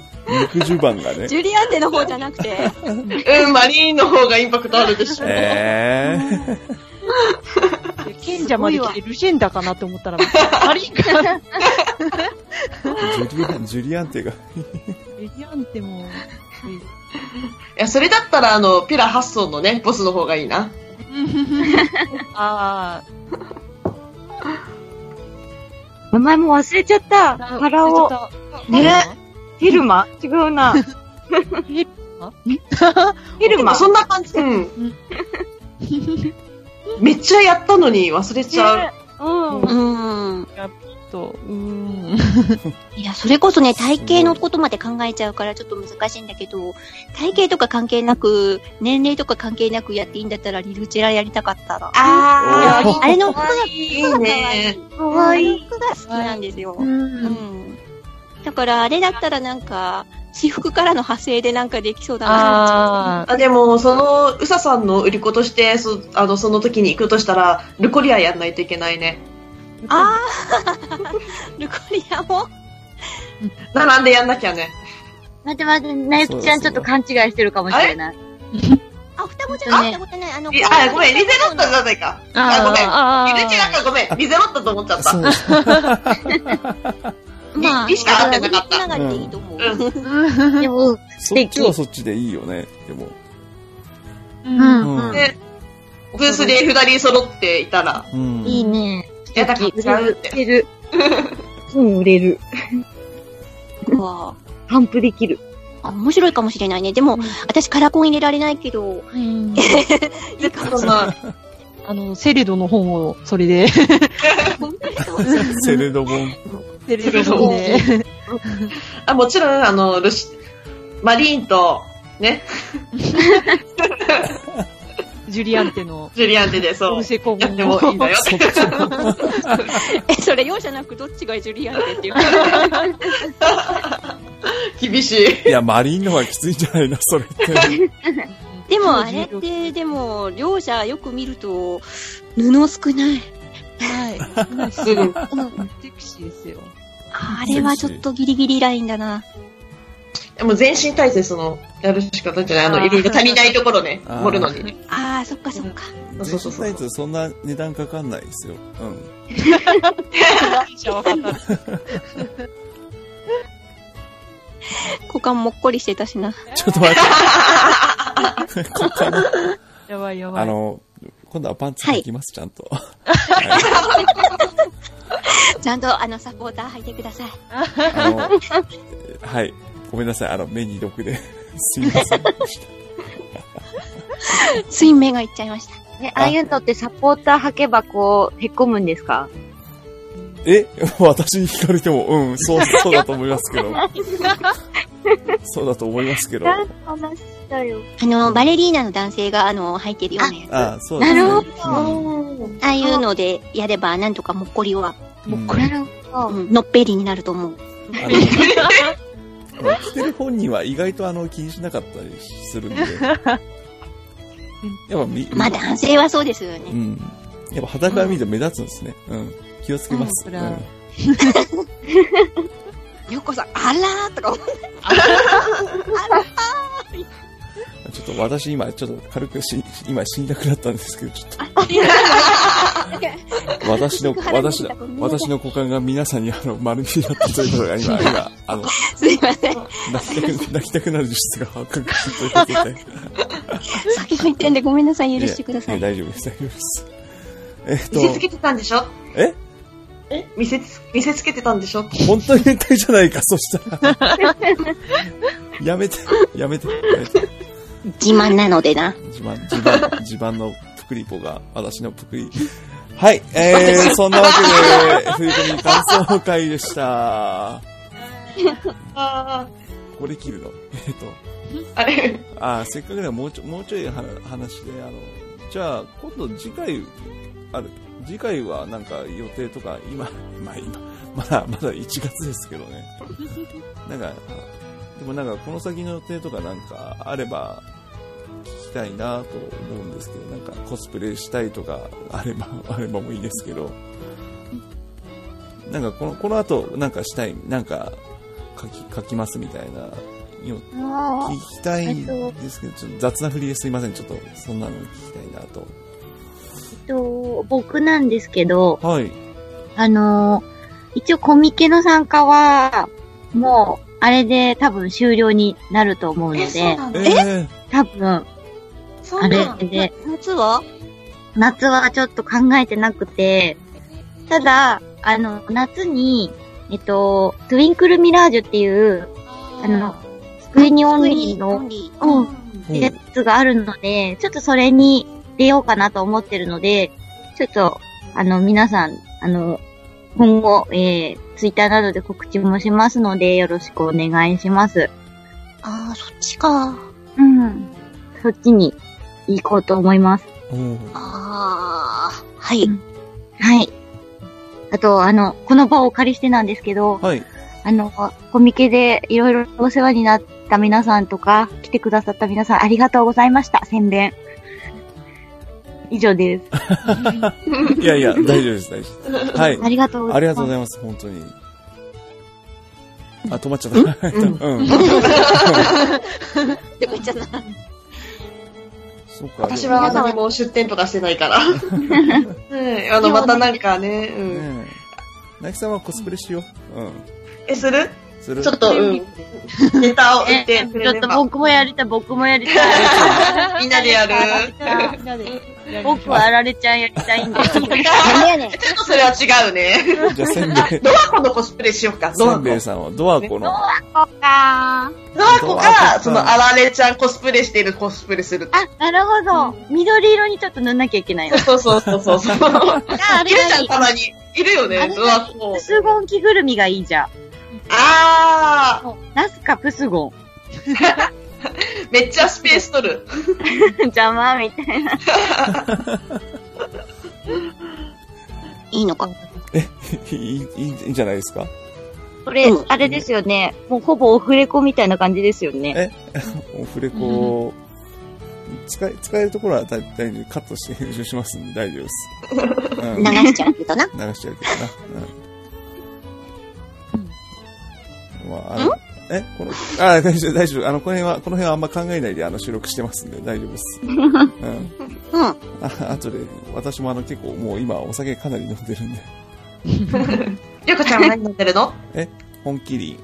肉襦袢がね。
ジュリアンテの方じゃなくて。
うん、マリーンの方がインパクトあるでしょ。
え
で賢者まで来てルシェンダかなって思ったら、マリンかな。
ー、ジュリアン、ジュリアンテが。
レディアンテも、
いや、それだったら、あの、ピラ発想のね、ボスの方がいいな。
あ
名前も忘れちゃった。
あ、
腹を。
ね
フィルマ違う な。フィルマ
そんな感じ。うん。めっちゃやったのに忘れちゃう。
うん。
うーん。
と、うーん。
いや、それこそね、体型のことまで考えちゃうからちょっと難しいんだけど、体型とか関係なく、年齢とか関係なくやっていいんだったら、リルチェラやりたかったら。
あ
ー
あれの服が、
い
服
い
が可愛
ね
い。。
かわいい。
あの服が好きなんですよ。
う。
うんん。だから、あれだったらなんか、私服からの派生でなんかできそうだな。
あ
あでも、その、うささんの売り子として、そあのその時に行くとしたら、ルコリアやんないといけないね。
あー、ルコリアも
並んでやんなきゃね。
待って待って、なゆきちゃんちょっと勘違いしてるかもしれない。
あ、双子じゃ
あ
ない、双子じゃない。あの、
いあ、ごめん、リゼロットじゃないか。
あ
リルチェラかごめん、リゼロットと思っちゃった。
です。
まあ、
リリしか会ってなかった
リリつながりでいいと思う。
うん
でも、
そっちはそっちでいいよね。でも。
うん。
で、ブースで二人揃っていたら、
うん。
いいね。
いや、だから違うって。
売れる。うん、売れる。
わ
散布できる。
ああ面白いかもしれないね。でも、私カラコン入れられないけど、いいかもしれない。
あの、セレドの本を、それで。
セレドボン。
セ
レドの本
で。
あ、もちろん、あの、ルシ、マリーンと、ね、
ジュリアンテの、
ジュリアンテで、
オ
そう
ル、セコ
や
本
ってもいいんだよって。
え、それ容赦なくどっちがジュリアンテっていう。
厳しい。
いや、マリンの方がきついんじゃないのそれって。
でもあれって、でも、両者よく見ると、布少ない。
はい。
うん。
セクシーですよ。
あれはちょっとギリギリラインだな。
でも全身体制その、やるしかないんじゃないあ
あ
の、
ー
いろいろ足りないところね、
あー
盛るのにね。
ああ、そっかそっか。
そうそ
全身
うそ
タイ
う。
ツそんな値段かかんないですよ。うん。
じゃあわかった。
股間もっこりしてたしな。
ちょっと待って。ここの
やばいやばい。
あの、今度はパンツ履きます、ちゃんと。
ちゃんとあのサポーター履いてください。
あの、 はい。ごめんなさい。あの、目に毒で。 すいません。
水面がいっちゃいました。
え、ああいうのってサポーター履けばこう、へっこむんですか
え私に聞かれても、うん、そう、そうだと思います けど。そうだと思いますけど。あ
話だよ。
あの、バレリーナの男性があの、履いてるようなやつ。あ
あ、そうですね。
なる
あいうのでやればなんとかもっこりは、
うん。うん
なるほど。
うん、のっぺりになると思う。
あの、着てる本人は意外とあの気にしなかったりす るんで。やっぱみ、
まあ男性はそうですよ
う
ね。
ん。やっぱ裸見ると目立つんですね。うん。気をつけます。
うんそれは
うん
ようこさん、あらーとか思う。
ちょっと私今、ちょっと軽くし、今死んだくなったんですけど、ちょっと。私の、私の、私の股間が皆さんにあの、丸になったということが今、今、あの、
すいません。
泣きたく、泣きたくなる実質が発覚したということで。
先も言ってんでごめんなさい。許してくださ
い
い。
や大丈夫です、大丈夫です。えっ
見せつ
と、
けてたんでしょ
え
え見せつ、見せつけてたんで しょ
本当に変態じゃないか、そしたら。やめて、やめて、やめて。
自慢なのでな。
自慢、自慢、 自慢のプクリポが、私のプクリ。はい、えー、そんなわけで、冬込み感想会でした。
あ
ここで切るのえっ、と、
あ、あれ。
あー、せっかくでもうちょ、もうちょいは話で、あの、じゃあ、今度次回、ある、次回はなんか予定とか、今、 まあ今、まだ、まだ1月ですけどね。なんか、でもなんかこの先の予定とかなんかあれば、聞きたいなと思うんですけど、なんかコスプレしたいとか、あれば、 あればもいいですけど、なんかこの、この後、なんかしたい、なんか、書き、書きますみたいな、よ聞きたいんですけど、ちょっと雑な振りですいません。ちょっと、そんなの聞きたいなと。
えっと、僕なんですけど、
はい。
あのー一応コミケの参加は、もう、あれで多分終了になると思うの
え、そう
で、
なの
え
多分、
そうな
あれ
の
で、
夏は
夏はちょっと考えてなくて、ただ、あの、夏に、えっと、トゥインクルミラージュっていう、あの、机にオンリー
オン
の
リー
うん
ー
やつがあるので、ちょっとそれに出ようかなと思ってるので、ちょっと、あの、皆さん、あの、今後、えー、ツイッターなどで告知もしますので、よろしくお願いします。
ああ、そっちか。
うん。そっちに行こうと思います。
うん
ああ、はい。
はい。あと、あの、この場をお借りしてなんですけど、
はい。
あの、コミケでいろいろお世話になった皆さんとか、来てくださった皆さんありがとうございました。宣伝。以上です。
いやいや、大丈夫です、大丈夫です。はい。
ありがとうござ
あ
い
りが
ます
とう。ございます、本当に。あ、止まっちゃった。うん。
でも言っちゃった。
そうか。
私は
でも
何も出店とかしてない から。うん、あの、またなんかね、うん。
ねえ。なきさんはコスプレしよう。うん。
え、する
する。
ちょっと、うん。ネタを打ってく
ち
れ
ょっ
れ
と
ば。
僕もやりたい、僕もやり たい。
みんなでやる。
みんなで。
僕はあられちゃんやりたいんだよ。
なんだよね。
ちょっとそれは違うね。
じゃあ、せ んべい。
ドワコのコスプレしようか、ド
せ
ワ
ん
コ。
べい
ド
さんはドアコの。
あ
ワコ
ドワコ
が、その、あられちゃんコスプレしてるコスプレする。
なるほど。緑色にちょっと塗んなきゃいけないの。
そうそうそうそう。そう
あ、あ
ゆうちゃんたまにいるよ
あ
ね
れ、
ドワコ
プ。スゴン着ぐるみがいいじゃん。
あ
ナスカプスゴン。
ー、めっちゃスペース取る。
邪魔みたいな。
いいのか。
いい、いいいいんじゃないですか
これ
うん、
あれですよね。もうほぼオフレコみたいな感じですよね。
オフレコ、使え、使えるところは大大丈夫。カットして編集しますんで大丈夫 です。うん
流しちゃうけどな。
流しちゃうけどな。うん。まあ、あのえこの、あ、大丈夫、大丈夫。あの、この辺は、この辺はあんま考えないで、あの、収録してますんで、大丈夫 です。うん。
うん。
ああとで、私もあの、結構もう今、お酒かなり飲んでるんで、
ゆかちゃんは何飲んでるの
本麒麟、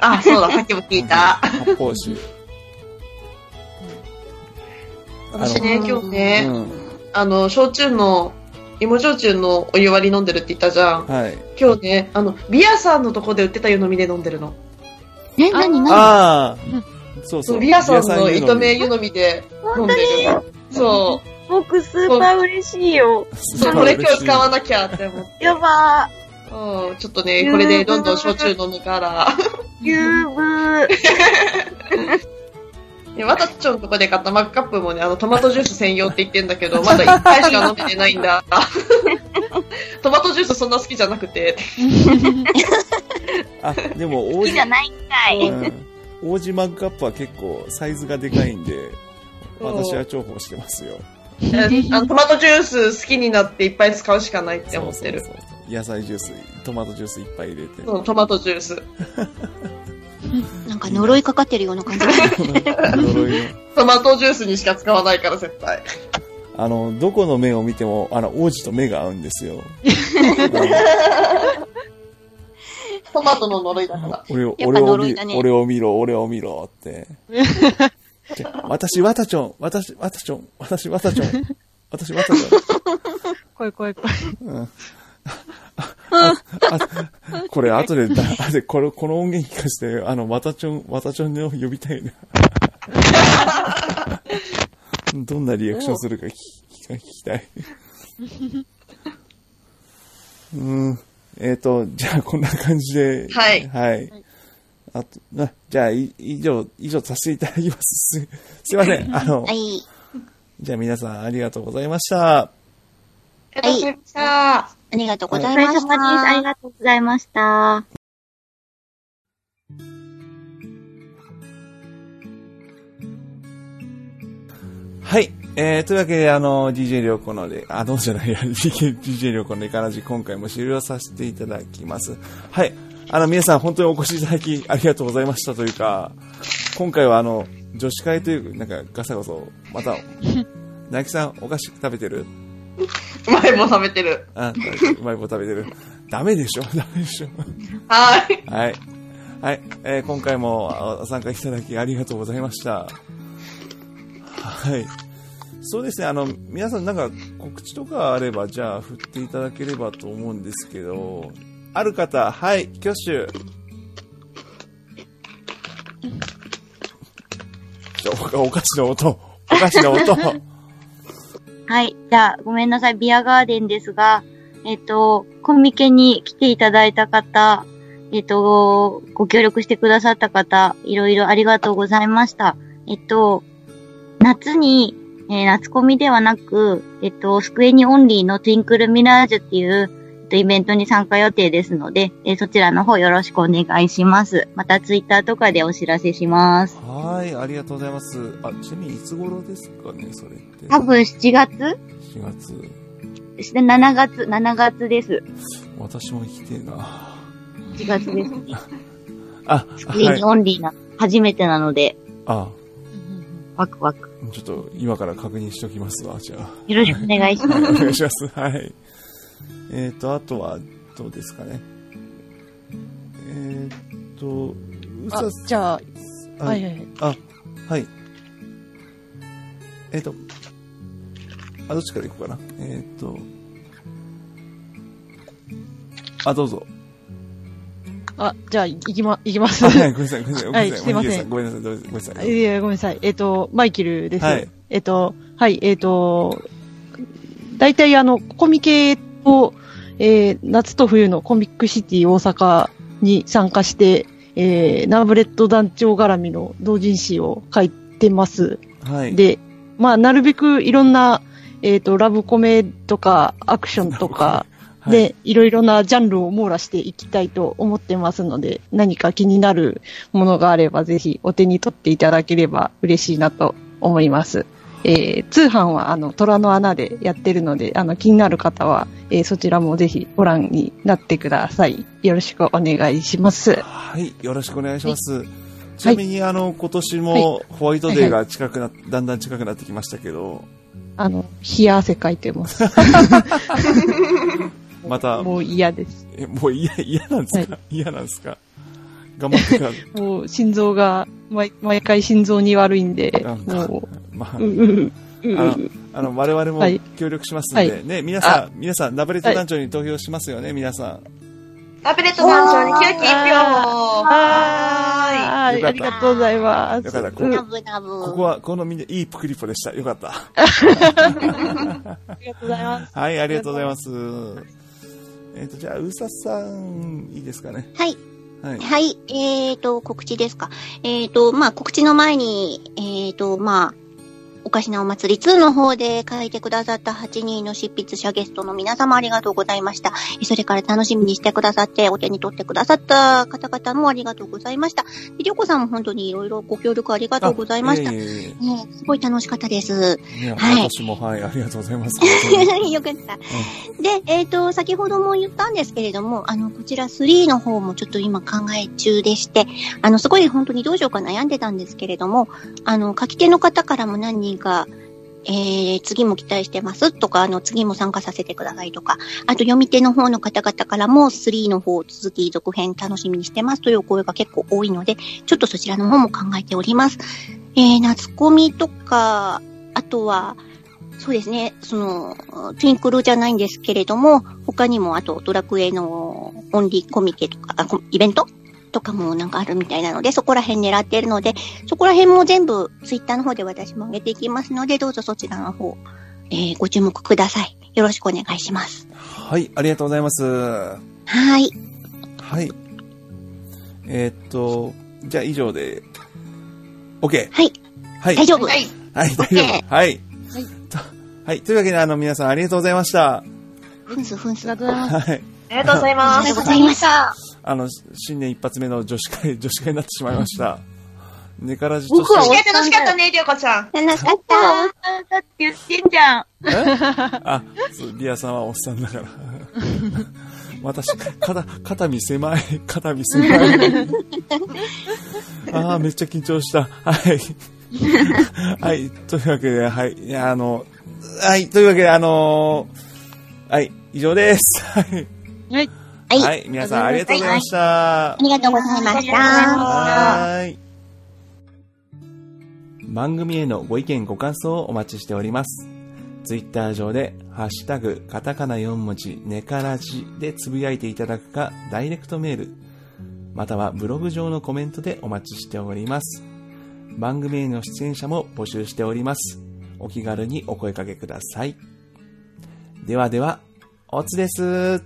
あ、そうだ、さっきも聞いた。
発泡酒。あの
私ね、今日ね、
うん。
あの、焼酎の、芋焼酎のお湯割り飲んでるって言ったじゃん。
はい。
今日ね、あの、ビアさんのとこで売ってた湯飲みで飲んでるの。
え、なにな
ああ、そうそう。
ビアさんの
ビアさ
糸
ん言う
目湯飲みで飲んでる。そ
僕スーパー嬉しいよ。
う。そうこれ今日使わ
な
なきゃって思って。
やば
うん、ちょっとね、これでどんどん焼酎飲むから。
ー。ゆーぶー。
で、わたちょんとこで買ったマグカップもね、あの、トマトジュース専用って言ってんだ けど、まだ一回しか飲めてないんだ。 トマトジュースそんな好きじゃなく て。
あ、でも、
好
王
きじゃ
子、
ないんか
う
い。
ん。王子マックアップは結構サイズがでかいんで、
そう
私は重宝してますよ。
あの、トマトジュース好きになっていっぱい使うしかないって思ってる。
そうそうそう野菜ジュース、トマトジュースいっぱい入れて。
そう、トマトジュース。
なんか呪いかかってるような感 じ。
呪いの
トマトジュースにしか使わないから、絶対。
あの、どこの目を見ても、あの、王子と目が合うんです よ。
トマトの呪いだから。
俺を、
やっ
俺
ぱ
を
呪
見
いだ、ね
俺を見ろ、俺を見ろ って。で私、ワタチョン、私、ワタチョン、私、ワタチョン、私、ワタチョン。
怖い怖い怖い。
うんああこれ、後でだ、後で、これ、この音源聞かして、あの、ワタチョン、ワタチョンを呼びたいな。どんなリアクションするか聞き聞きたい。うん。えっ、と、じゃあ、こんな感じで。
はい
はい。あと、なじゃあ、い以上、以上させていただきます。すすいません。あの
は、い。
じゃあ皆さんありがとうございました。
えっと、せっか
ありがとうご
お
ざい
疲れ
ま
様で
し
す。
た。
ありがとうございました。
はい。えー、というわけで、あの、DJ 良子ので、あ、どうじゃないや、DJ DJ 良子のネカラジ、今回も終了させていただきます。はい。あの、皆さん本当にお越しいただき、ありがとうございましたというか、今回はあの、女子会というか、なんかガサガサ、また、なきさん、お菓子食べてる
前も食べてる。
あ、うまい棒食べてる。ダメでしょダメでしょ
はい。
はい。はい。えー今回もあ参加いただきありがとうございました。はい。そうですね、あの、皆さんなんか告知とかあれば、じゃあ振っていただければと思うんですけど、ある方、はい、挙手。ちょおかお菓子の音、お菓子の音。
はい。じゃあ、ごめんなさい。ビアガーデンですが、えっと、コミケに来ていただいた方、えっと、ご協力してくださった方、いろいろありがとうございました。えっと、夏に、えー夏コミではなく、えっと、スクエニオンリーのトゥインクルミラージュっていう、えっとイベントに参加予定ですので、えーそちらの方よろしくお願いします。またツイッターとかでお知らせします。
はい、ありがとうございます。あ、ちなみにいつ頃ですかね、それって。
多分7月
4月。
して7月、7月です。
私も行きてえな。
7月です。
あ、
ク イ
は
ー
い
ン。オンリーな、初めてなので、
あ、
ワクワク。
ちょっと今から確認しておきますわ、じゃあ。
よろしくお願いしま
お
す。
願いします。はい。えっ、と、あとは、どうですかね。えっ、と、う
あ
さ、
じゃあ、
さん、
はいはいはい。
あ、はい。えっ、と、あ、どっちから行こうかな。えっ、と、あ、どう ぞ。
あ、じゃあ、いきま、いきます
あ。はい、ごめんなさい、ごめんなさい、ごめんなさい、
はいすいません
ごめんなさい、ごめんなさい、ごめんなさい。
いや、ごめんなさい。えっ、と、マイケルです。
はい
えっ、と、はい、えっ、と、大体あの、コミケと、えー夏と冬のコミックシティ大阪に参加して、えーナーブレット団長絡みの同人誌を書いてます。
はい。
で、まあ、なるべくいろんな、えっ、と、ラブコメとか、アクションとか、
はい、
で、いろいろなジャンルを網羅していきたいと思ってますので、何か気になるものがあれば、ぜひお手に取っていただければ嬉しいなと思います。えー通販はあの虎の穴でやってるのであの気になる方は、えーそちらもぜひご覧になってくださいよろしくお願いします
はい、よろしくお願いします。ちなみに、あの、今年もホワイトデーが近くな、だんだん近くなってきましたけど、
あの冷や汗かいてます
また、
もう 嫌です
えもう嫌、嫌なんですか嫌なんですか頑張ってくだ さい。
もう心臓が毎毎回心臓に悪いんで
なんか
も
まあ
う、う、んうんうんうん
あの、我々
は
も
い
協力しますんで、
は
ね、皆さん、皆さん、ラブレット団長に投票しますよね、皆さ
ラブレット団長に清き一票は
は
よ
い
かった
ありがとうございま
よ
す
かった
うん
ダブダブ。
ん。ここは、このみんないいプクリポでした。よかった。
ありがとうございます
はい、ありがとうございます。えっ、と、じゃあ、うささん、いいですかね。
はい。
はい。
はい。えーと、告知ですか。えーと、まあ、告知の前に、えーと、まあ、おかしなお祭り2の方で書いてくださった8人の執筆者ゲストの皆様ありがとうございました。えそれから楽しみにしてくださって、お手に取ってくださった方々もありがとうございました。でりょうこさんも本当にいろいろご協力ありがとうございました。
え
ね
えいえい
すごい楽しかったです。
えね
はい
私も、はい、ありがとうございます。
よかった。で、えっ、と、先ほども言ったんですけれども、あの、こちら3の方もちょっと今考え中でして、あの、すごい本当にどうしようか悩んでたんですけれども、あの、書き手の方からも何人か、えー、次も期待してますとか、あの、次も参加させてくださいとか、あと読み手の方の方々からも3の方続き続編楽しみにしてますというお声が結構多いので、ちょっとそちらの方も考えております。えー、夏コミとか、あとは、そうですね、その、トゥインクルじゃないんですけれども、他にも、あと、ドラクエのオンリーコミケとか、あコイベントとかもなんかあるみたいなので、そこら辺狙っているので、そこら辺も全部、ツイッターの方で私も上げていきますので、どうぞそちらの方、えーご注目ください。よろしくお願いします。
はい、ありがとうございます。は
はい。
い。えーっと、じゃあ、以上で、OK。
はい。
はい。
大丈夫。
い。はい。
はい、大丈夫。はい。
はい
とはい。というわけで、あの、皆さんありがとうございました。
ふんすふんす。
ありがとうございます
はい。
ありがとうござい
あ
ま
り
す
がと。うございました。
あの、新年一発目の女子会、女子会になってしまいました。ネカラジと
僕は
して
試合楽しかったね、りょうこちゃん。
楽しかっ
だ
た。
だって言ってんじゃん。
あ、そう、リアさんはおっさんだから。 私、肩、肩身狭い、肩身狭い。ああ、めっちゃ緊張した。はい。はい、というわけで、はい、いや、あの、はい、というわけで、あのーはい、以上です。はい、
はい
はい。
はい、皆さんありがとうございました
あ。りがとうございまし
ありがとうございます。
た
はーい。番組へのご意見ご感想をお待ちしております。ツイッター上で、ハッシュタグ、カタカナ4文字、ネカラジでつぶやいていただくか、ダイレクトメール、またはブログ上のコメントでお待ちしております。番組への出演者も募集しております。お気軽にお声掛けください。ではでは、おつです。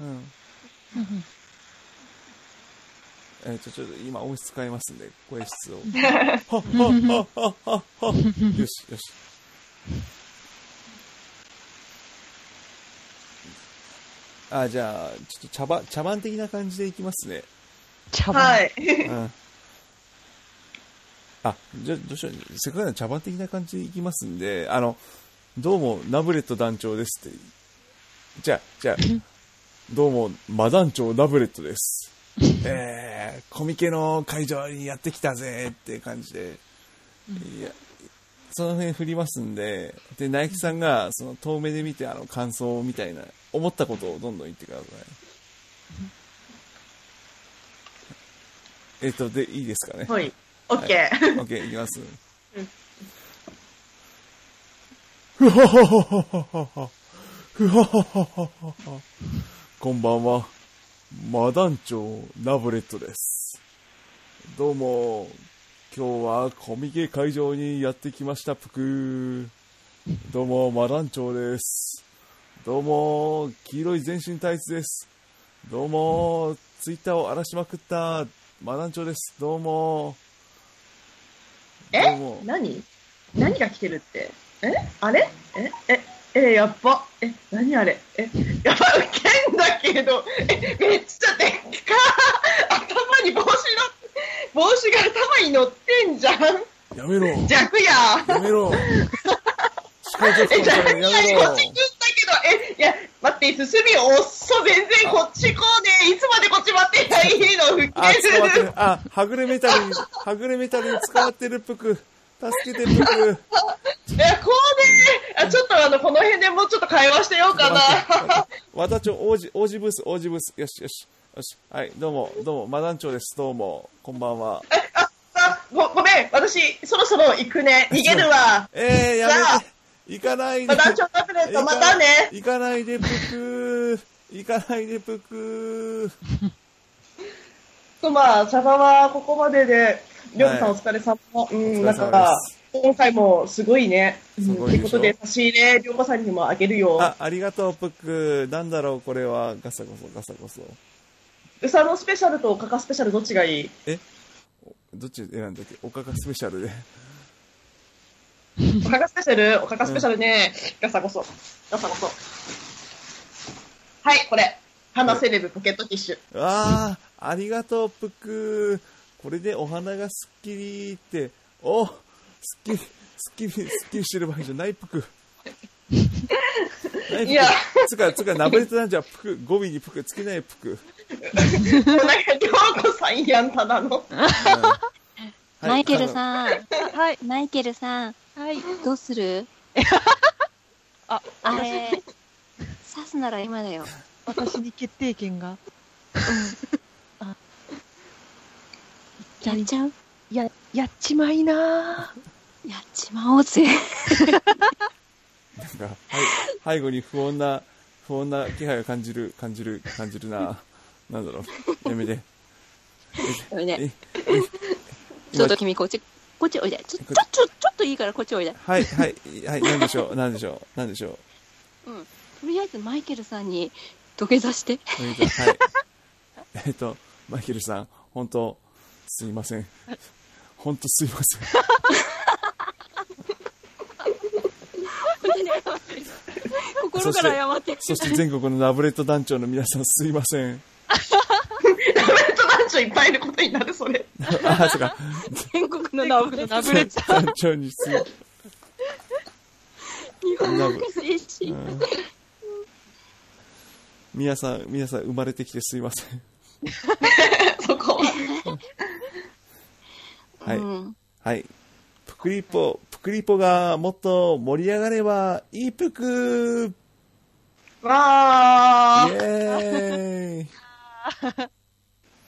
うん。 えっ、と、ちょっと今音質変えますんで、声 質を。はっはっはっはっは。よし、よし。あ、じゃあ、ちょっと茶番、茶番的な感じでいきますね。
茶番
はい。
うん。あ、じゃあ、どうしよう。せっかくなんで茶番的な感じでいきますんで、あの、どうも、ナブレット団長ですって。じゃあ、じゃあ、どうも、マ団長ナブレットです。えー、コミケの会場にやってきたぜって感じで、いや、その辺振りますんで、で、ナイキさんが、その、遠目で見て、あの、感想みたいな、思ったことをどんどん言ってください。えっ、と、で、いいですか ね。
はい。オッケー。
オッケー、いきます
う ん。
ふほほほほほほほ。ふほほほほほほ。こんばんは。マ団長、ナブレットです。どうも、今日はコミケ会場にやってきました、ぷく。どうも、マ団長です。どうも、黄色い全身タイツです。どうも、ツイッターを荒らしまくった、マ団長です。どうも。
え
どうも
何何が来てるってえあれえええー、やっば。え、何あれ。え、やばい、剣だけど、え、めっちゃでっか頭に帽子の、帽子が頭に乗ってんじゃん。
やめろ。
弱や。
やめろ。力強く取られるやめろ
え、弱やにこっち来んだ。けど、え、いや、待って、進みおっそ、全然こっち来ねえ。いつまでこっち待ってないの、吹
あ、捕まって
け
る
る。。
あ、はぐれメタルに、はぐれメタルに捕まってるぷく。助けてぷく。
いや、こうねあ、ちょっとあの、この辺でもうちょっと会話してようかな。
和田町王子、王子ブース、王子ブース。よしよし。よし。はい、どうも、どうも、マダン長です。どうも、こんばんは。
あ、ご、ごめん。私、そろそろ行くね。逃げるわ。
えー、や
じゃ
め
あ
て。行かないで。
またちょっとプレート、またね。
行かないで、ぷく。行かないで、ぷく。
とまあ、茶場はここまでで、りょうさんお疲れ様。う
お
ん、
疲れ様で
なん
す
か、今回もすごいね。う
す
ん
ご
っ
い
て
で
こ
しょ
とで、差し入れ、りょうこさんにもあげるよ。
あ、ありがとう、ぷく。なんだろう、これは。ガサゴソ、ガサゴソ。
うさのスペシャルとかかスペシャルどっちがいい
どっち選んだっけおかかスペシャルで。
おかかスペシャルおかかスペシャルね。ガサゴソ。ガサゴソ。はい、これ。花セレブポケットティッシュ。
わあ、ありがとう、ぷくこれでお花がすっきりって、おすっきり、すっきり、すっきりしてる場合じゃない、ぷくない
いや
つか、つか、ナブレタなんじゃ、ぷく語尾にぷくつけない、ぷく
これなんか、りょうこさんやんたなの。
はい
マイケルさん、
はい。
マイケルさん、
はい。
どうする
あ、
あれ、刺すなら今だよ。
私に決定権が。
やっちゃう
や、やっちまいな
やっちまおうぜ。
なんかはい、背後に不穏な、不穏な気配を感じる、感じる、感じるな。なんだろう。やめて。
それで、
え
ちょっと君こっち、こっちおいで。ちょ、ちょ、ちょ、ちょっといいからこっちおいで。
はい、はい、はい、なんでしょう、なんでしょう、なんでしょ
うん。とりあえずマイケルさんに土下座 して。
う。えっと、はい。 えっと、マイケルさん、本当すいません。本当すいません。
心から謝って。
そして全国のラブレット団長の皆さん、すいません。
ラブレット男女いっぱいいることになる、そ れ。
あ、そうか。
全国のナブレ
ラブレッ
団長にすい
日本国精神。
皆さん、皆さん、生まれてきてすいません。
そこは。
はい。
うん
はい。プクリポ、プクリポがもっと盛り上がればいいぷくイエ
わー。
ーイ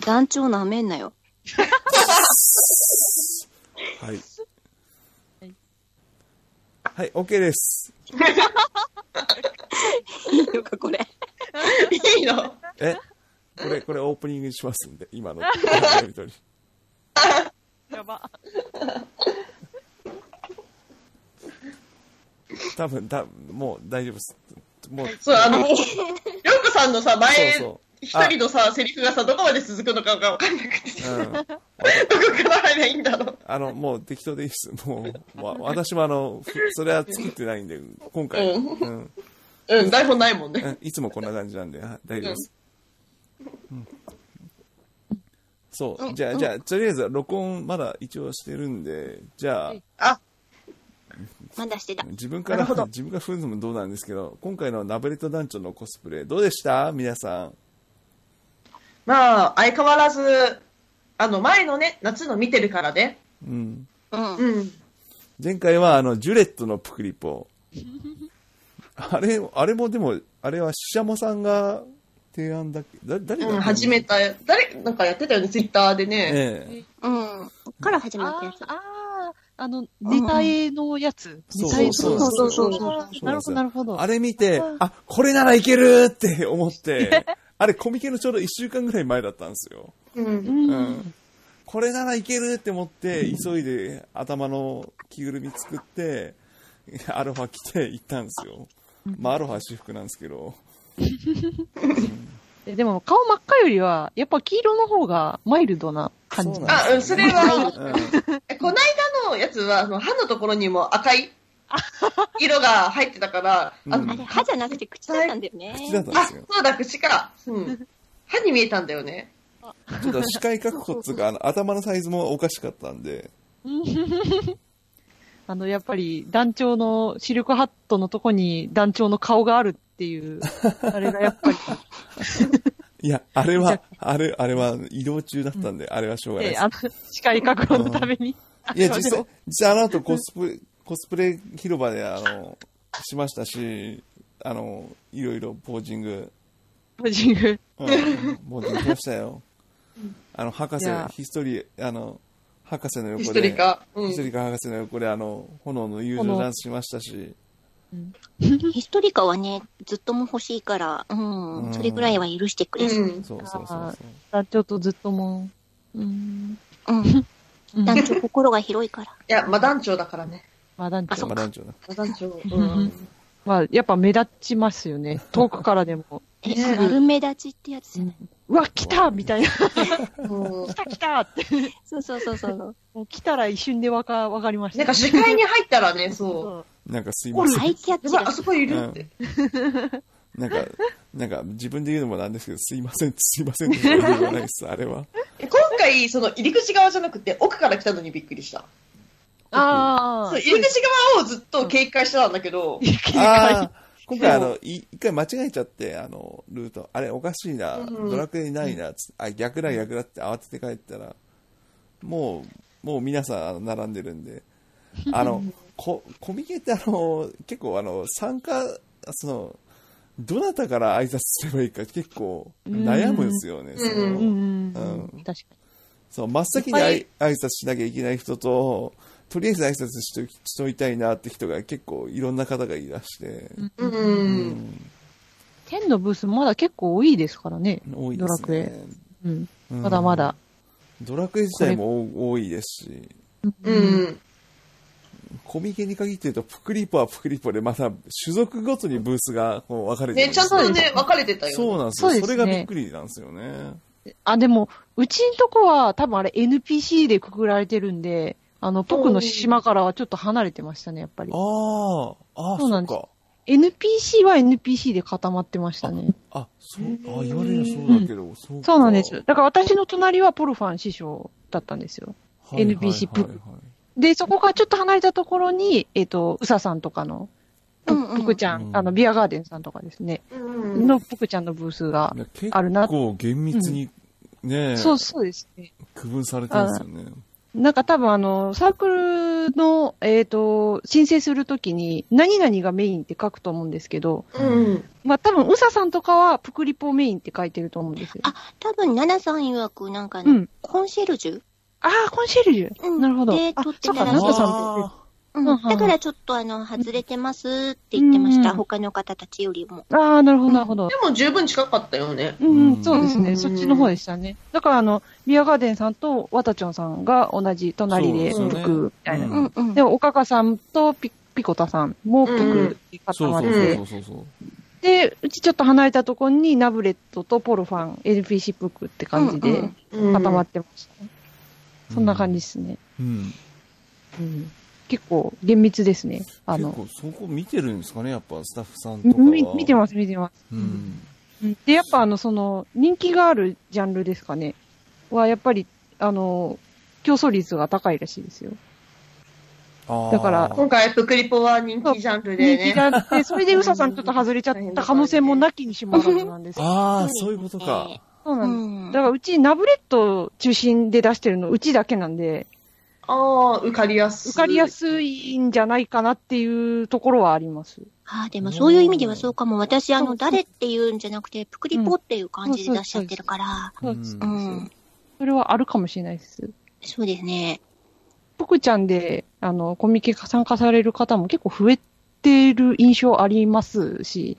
団長なめんなよ。
はい。はい、OK です。
いいのか、これ。
いいの
えこれ、これオープニングにしますんで、今のやりとり。
ド。やば。
多分、だ、もう大丈夫です。もう、
そう、あの、りょうこさんのさ、前、
そうそう
一人のさ、セリフがさ、どこまで続くのかがわかんなくてさ、
うん。
どこから入ればいいんだろう。
あの、もう適当でいいです。もう、わ私もあの、ふそれは作ってないんで、今回、
う
うん。
うん、台本ないもん
う
ね。
んいつもこんな感じなんで、はい大丈夫です。うんそう、じゃあ、じゃあ、とりあえず録音まだ一応してるんで、じゃあ、
あ、
まだしてた。
自分から、
なるほど
自分から振るのもどうなんですけど、今回のナブレット団長のコスプレ、どうでした皆さん。
まあ、相変わらず、あの、前のね、夏の見てるからね。
うん。
うん。
うん。
前回は、あの、ジュレットのプクリポ。 あれ、あれもでも、あれはシシャモさんが提案だっけだ、誰
う
が
ん、始めた、誰、なんかやってたよね、ツイッターでね。
ええ。
うん。から始まっ
あ
たや
ー
つ。
あー、あの、ネタ絵のやつ。
うん
ネタ絵の
そう
そうそうそう
あーなるほど、なるほど。
あれ見て、あ、これならいけるって思って、あれコミケのちょうど1週間ぐらい前だったんですよ。
うん。
うん。これならいけるって思って、急いで頭の着ぐるみ作って、アロハ着て行ったんですよ。まあ、アロハは私服なんですけど。
えでも、顔真っ赤よりは、やっぱ黄色の方がマイルドな感
そ
じ
う。なん
あ、うん、それは、
うん。
えこないだのやつは、あの、歯のところにも赤い、色が入ってたから、あ
うん
あ
の
れ、歯じゃなくて口だったんだよね。
口だったんで
あ、
すよ。
そうだ、口か。うん。歯に見えたんだよね。
ちょっと視界確保っつうか、あの頭のサイズもおかしかったんで、
あの、やっぱり団長のシルクハットのとこに団長の顔があるっていう、あれがやっ ぱり、
いや、あれは
じ、
あれ、あれは移動中だったんで、あれはしょうがない
で
です
あ。の、視界確保のために。
いや、実際、実際あの後コスプレ、コスプレ広場で、あの、しましたし、あの、いろいろポージング、
ポージング。
うん、ポージングしましたよ。あの、博士
いや、
ヒストリー、あの、博士の横で、
ヒストリカ。う
ヒスト
ん。
リカ博士の横で、あの、炎の友情ダンスしましたし、
ヒストリカはね、ずっとも欲しいから、うん、
うん
それぐらいは許してくれ
う
る。
ん。
そうそうそう
あ
そう。
団長とずっともう、うん。
うん。
うん
団長心が広いから。
いや、まあ団長だからね。
まあ団
あそ
長
う
まあ、団長だ。
まあ団長。うんん。
まあ、やっぱ目立ちますよね。遠くからでも。
え、
ねえ
丸目立ちってやつじゃない。
うわ、来たみたいな。
うん
来た来たって。
そうそうそうそう。
もう来たら一瞬でわか、わかりました。
なんか視界に入ったらね、そ
そう
なんかすいません。
再キャッ
う。や
チ
ばい、あ
が。
そこいるって。
なんか、なんか自分で言うのもなんですけど、すいません、すいませんって言うことじゃないです、あれは。
え今回、その入り口側じゃなくて、奥から来たのにびっくりした。
あ
そう
あ。
入り口側をずっと警戒してたんだけど、
ああ、今回あの、い一回間違えちゃって、あの、ルート。あれ、おかしいな。
うん
ドラクエにないな。つあ、逆だ、逆だって慌てて帰ったら、もう、もう皆さんあの並んでるんで。あの、こ、コミケってあの、結構あの、参加、その、どなたから挨拶すればいいか結構悩むんですよね。その
うんうんうん
うん
確かに。
そう、真っ先にあい挨拶しなきゃいけない人と、とりあえず挨拶しときしといたいなって人が結構いろんな方がいらして、
う。
うん
天のブースまだ結構多いですからね。
ん多いです
ドラ
ね
ク。うん。
うん
まだまだ。。
ドラクエ自体も多多いですし、
うん。
コミケに限って言うと、プクリポはプクリポで、また種族ごとにブースがこう分かれて
ね、ちゃんとね、分かれてたよ。
そうなんですよ
そうです
そ
ね
れがびっくりなんですよね。
あ、でも、うちんとこは多分あれ NPC でくくられてるんで、あの、僕の島からはちょっと離れてましたね、やっぱり
あ。ー、あー、
そう
そ
な
っ
んです
か。
NPC は NPC で固まってましたね。
あ、そう、あ、言われるそうだけど、そうか
そうなんです。だから私の隣はポルファン師匠だったんですよ。
はい
NPC
はいはいはい
で、そこからちょっと離れたところに、えっ、と、うささんとかの、ぷ
うんうん
ぷくちゃん、
うん
あの、ビアガーデンさんとかですね、
うん。
のぷくちゃんのブースが
いや結
あるな。
構厳密にね、
そう、そうですね。
区分されてるんですよね。
なんか多分あの、サークルの、えっ、と、申請するときに、何々がメインって書くと思うんですけど、
うん。
まあ多分、うささんとかは、プクリポメインって書いてると思うんですよ。
あ多分、ナナさん曰く、なんかあ
う
の
ん、
コンシェルジュ
ああ、コンシェルジュ。
うん
なるほど。
で
あ
撮って、
そうか、
たら
ナトさん
あー
うん
うんうん
だからちょっとあの、外れてますって言ってまし
う
た。
ん
他の方たちよりも。
ああ、なるほど、なるほど。
でも十分近かったよね。
うん、
う
うんん、そうですね、
うん
そっちの方でしたね。だから、あの、ビアガーデンさんとワタチョンさんが同じ隣で
そう
プ
ですよね
クみたいな。
う
で
ん
うんうん。
も、おかかさんとピピコタさんもプクで
そ
固
う
ま
そ
っ
う
て、
そうそうそう。
で、うちちょっと離れたところにナブレットとポルファン、NPC プクって感じ
うんう
で
ん
うん
固まってました、そんな感じで
です。
すね。
うん。
うん結構厳密ですね。あ
結
の、
構そこ見てるんですかね、やっぱスタッフさんとかは。
み見てます、見てます。
うん。
で、やっぱあの、その、人気があるジャンルですかね。は、やっぱり、あの、競争率が高いらしいですよ。
あー
だから
今回、プクリポは人気ジャンルで
人気
ね。
があって、それでうささんちょっと外れちゃった可能性もなきにしもあらずなんですよ。
あー、そういうことか。
そう
う
なんです。
ん
だ。からうちナブレット中心で出してるの、うちだけなんで、
ああ、受かりやすい。
受かりやすいんじゃないかなっていうところはあります。
ああ、でもそういう意味ではそうかも。私、あの、誰っていうんじゃなくて、プクリポっていう感じで出しちゃってるから。
う
うんん
うん。
それはあるかもしれないです。
そうですね。
ぷくちゃんで、あの、コミケ参加される方も結構増えてる印象ありますし、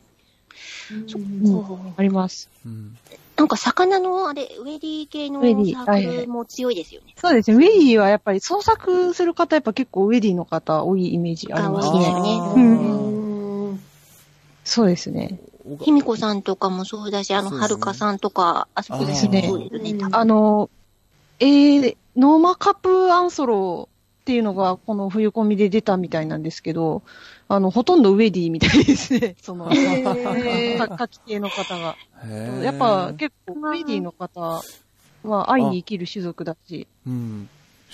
うん
そう
あります。
うん
なんか、魚の、あれ、ウェディ系の
ウェディ
サークルも強いですよね。
そうですね。ウェディはやっぱり創作する方、やっぱ結構ウェディの方多いイメージあります
あ多いです
ね。
ね
あー
うん
うん
そうですね。
おか
ひみこさんとかもそうだし、あの、
そう
は
ですね
るかさんとか、あそこですね。
あー
そうですね。
うん
多分
あの、えー、ノーマカップアンソロっていうのが、この冬コミで出たみたいなんですけど、あの、ほとんどウェディみたいです ね、その、
へー
書き系の方が。
へー
やっぱ、結構、ウェディの方は愛に生きる種族だし、
うん。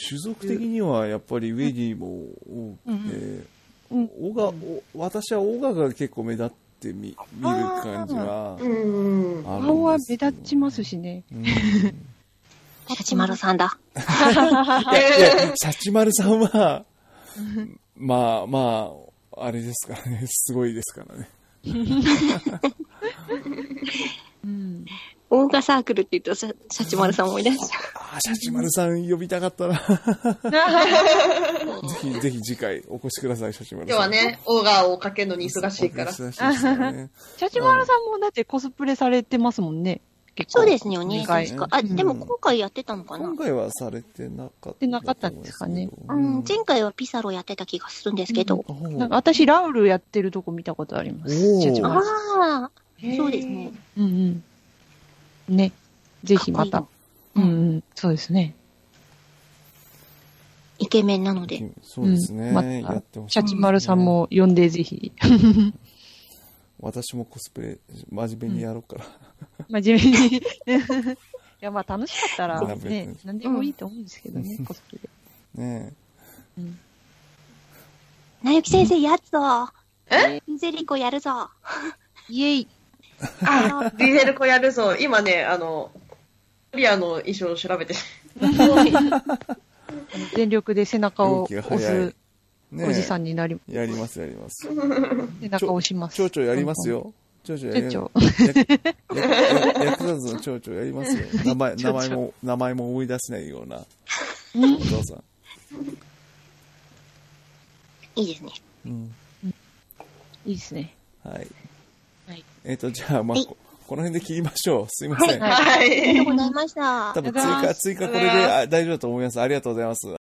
種族的にはやっぱりウェディも多くて、
うん
オガお私はオガが結構目立ってみ見る感じがあるんです
うん。
よ
顔は目立ちますしね。
うん
シャチマルさんだ。
いやいや、シャチマルさんは、まあまあ、あれですからね、すごいですからね。
うん。
オーガサークルって言うとシャシャチマルさん思い出しちゃ
ああ、シャチマルさん呼びたかったな。ぜひ、ぜひ次回お越しください、シャチマル
今
さん。
日はね、オーガーをかけるのに忙しいから
お。忙しいですからね。
シャチマラさんもだってコスプレされてますもんね。結構。。
そうですすよね、
今回
確か。あ、でも今回やってたのかな
今。回はされてなかった。
てなかったんですかね。
うん、前回はピサロやってた気がするんですけど。
おう
なんか私、ラウルやってるとこ見たことあります。
おー
シャチマ
あ
ラさん
あ、そうですね。
うんうん。ね。ぜひま
か
た
っ。
う
いい
ん
の
うん。そうですね。
イケメンなので。
そうですね。
うんまた
やってほしい
シャチマルさんも呼んで ぜひ。
私もコスプレ、真面目にやろうから。
真面目に。 いや、まあ楽しかったら、
学べて
ね、何でもいいと思うんですけどね、コスプレ。
ね
なゆき先生やっぞ。えゼリコやるぞ。
イェイ。
あ、ディゼルコやるぞ。今ね、あの、リアの衣装を調べ て。
あの全力で背中を
勇気が早
押
い
す
え。ねえ
おじさんになり、
やります、やります。
背中を押します。
蝶々やります。よ。蝶々やります。
蝶
やややヤクザズの蝶々やりますよ。名前、名前も、名前も思い出せないようなお父さん。
いいですね。
うん。
いいですね。
はい
はい。
えっと、じゃあ、まあ、
はい
こ この辺で切りましょう。すいません。
はい
は
ありが
い。
とうございました
多。分
ありがとうござい
追
ま
加、追加これであ大丈夫だと思います。ありがとうございます。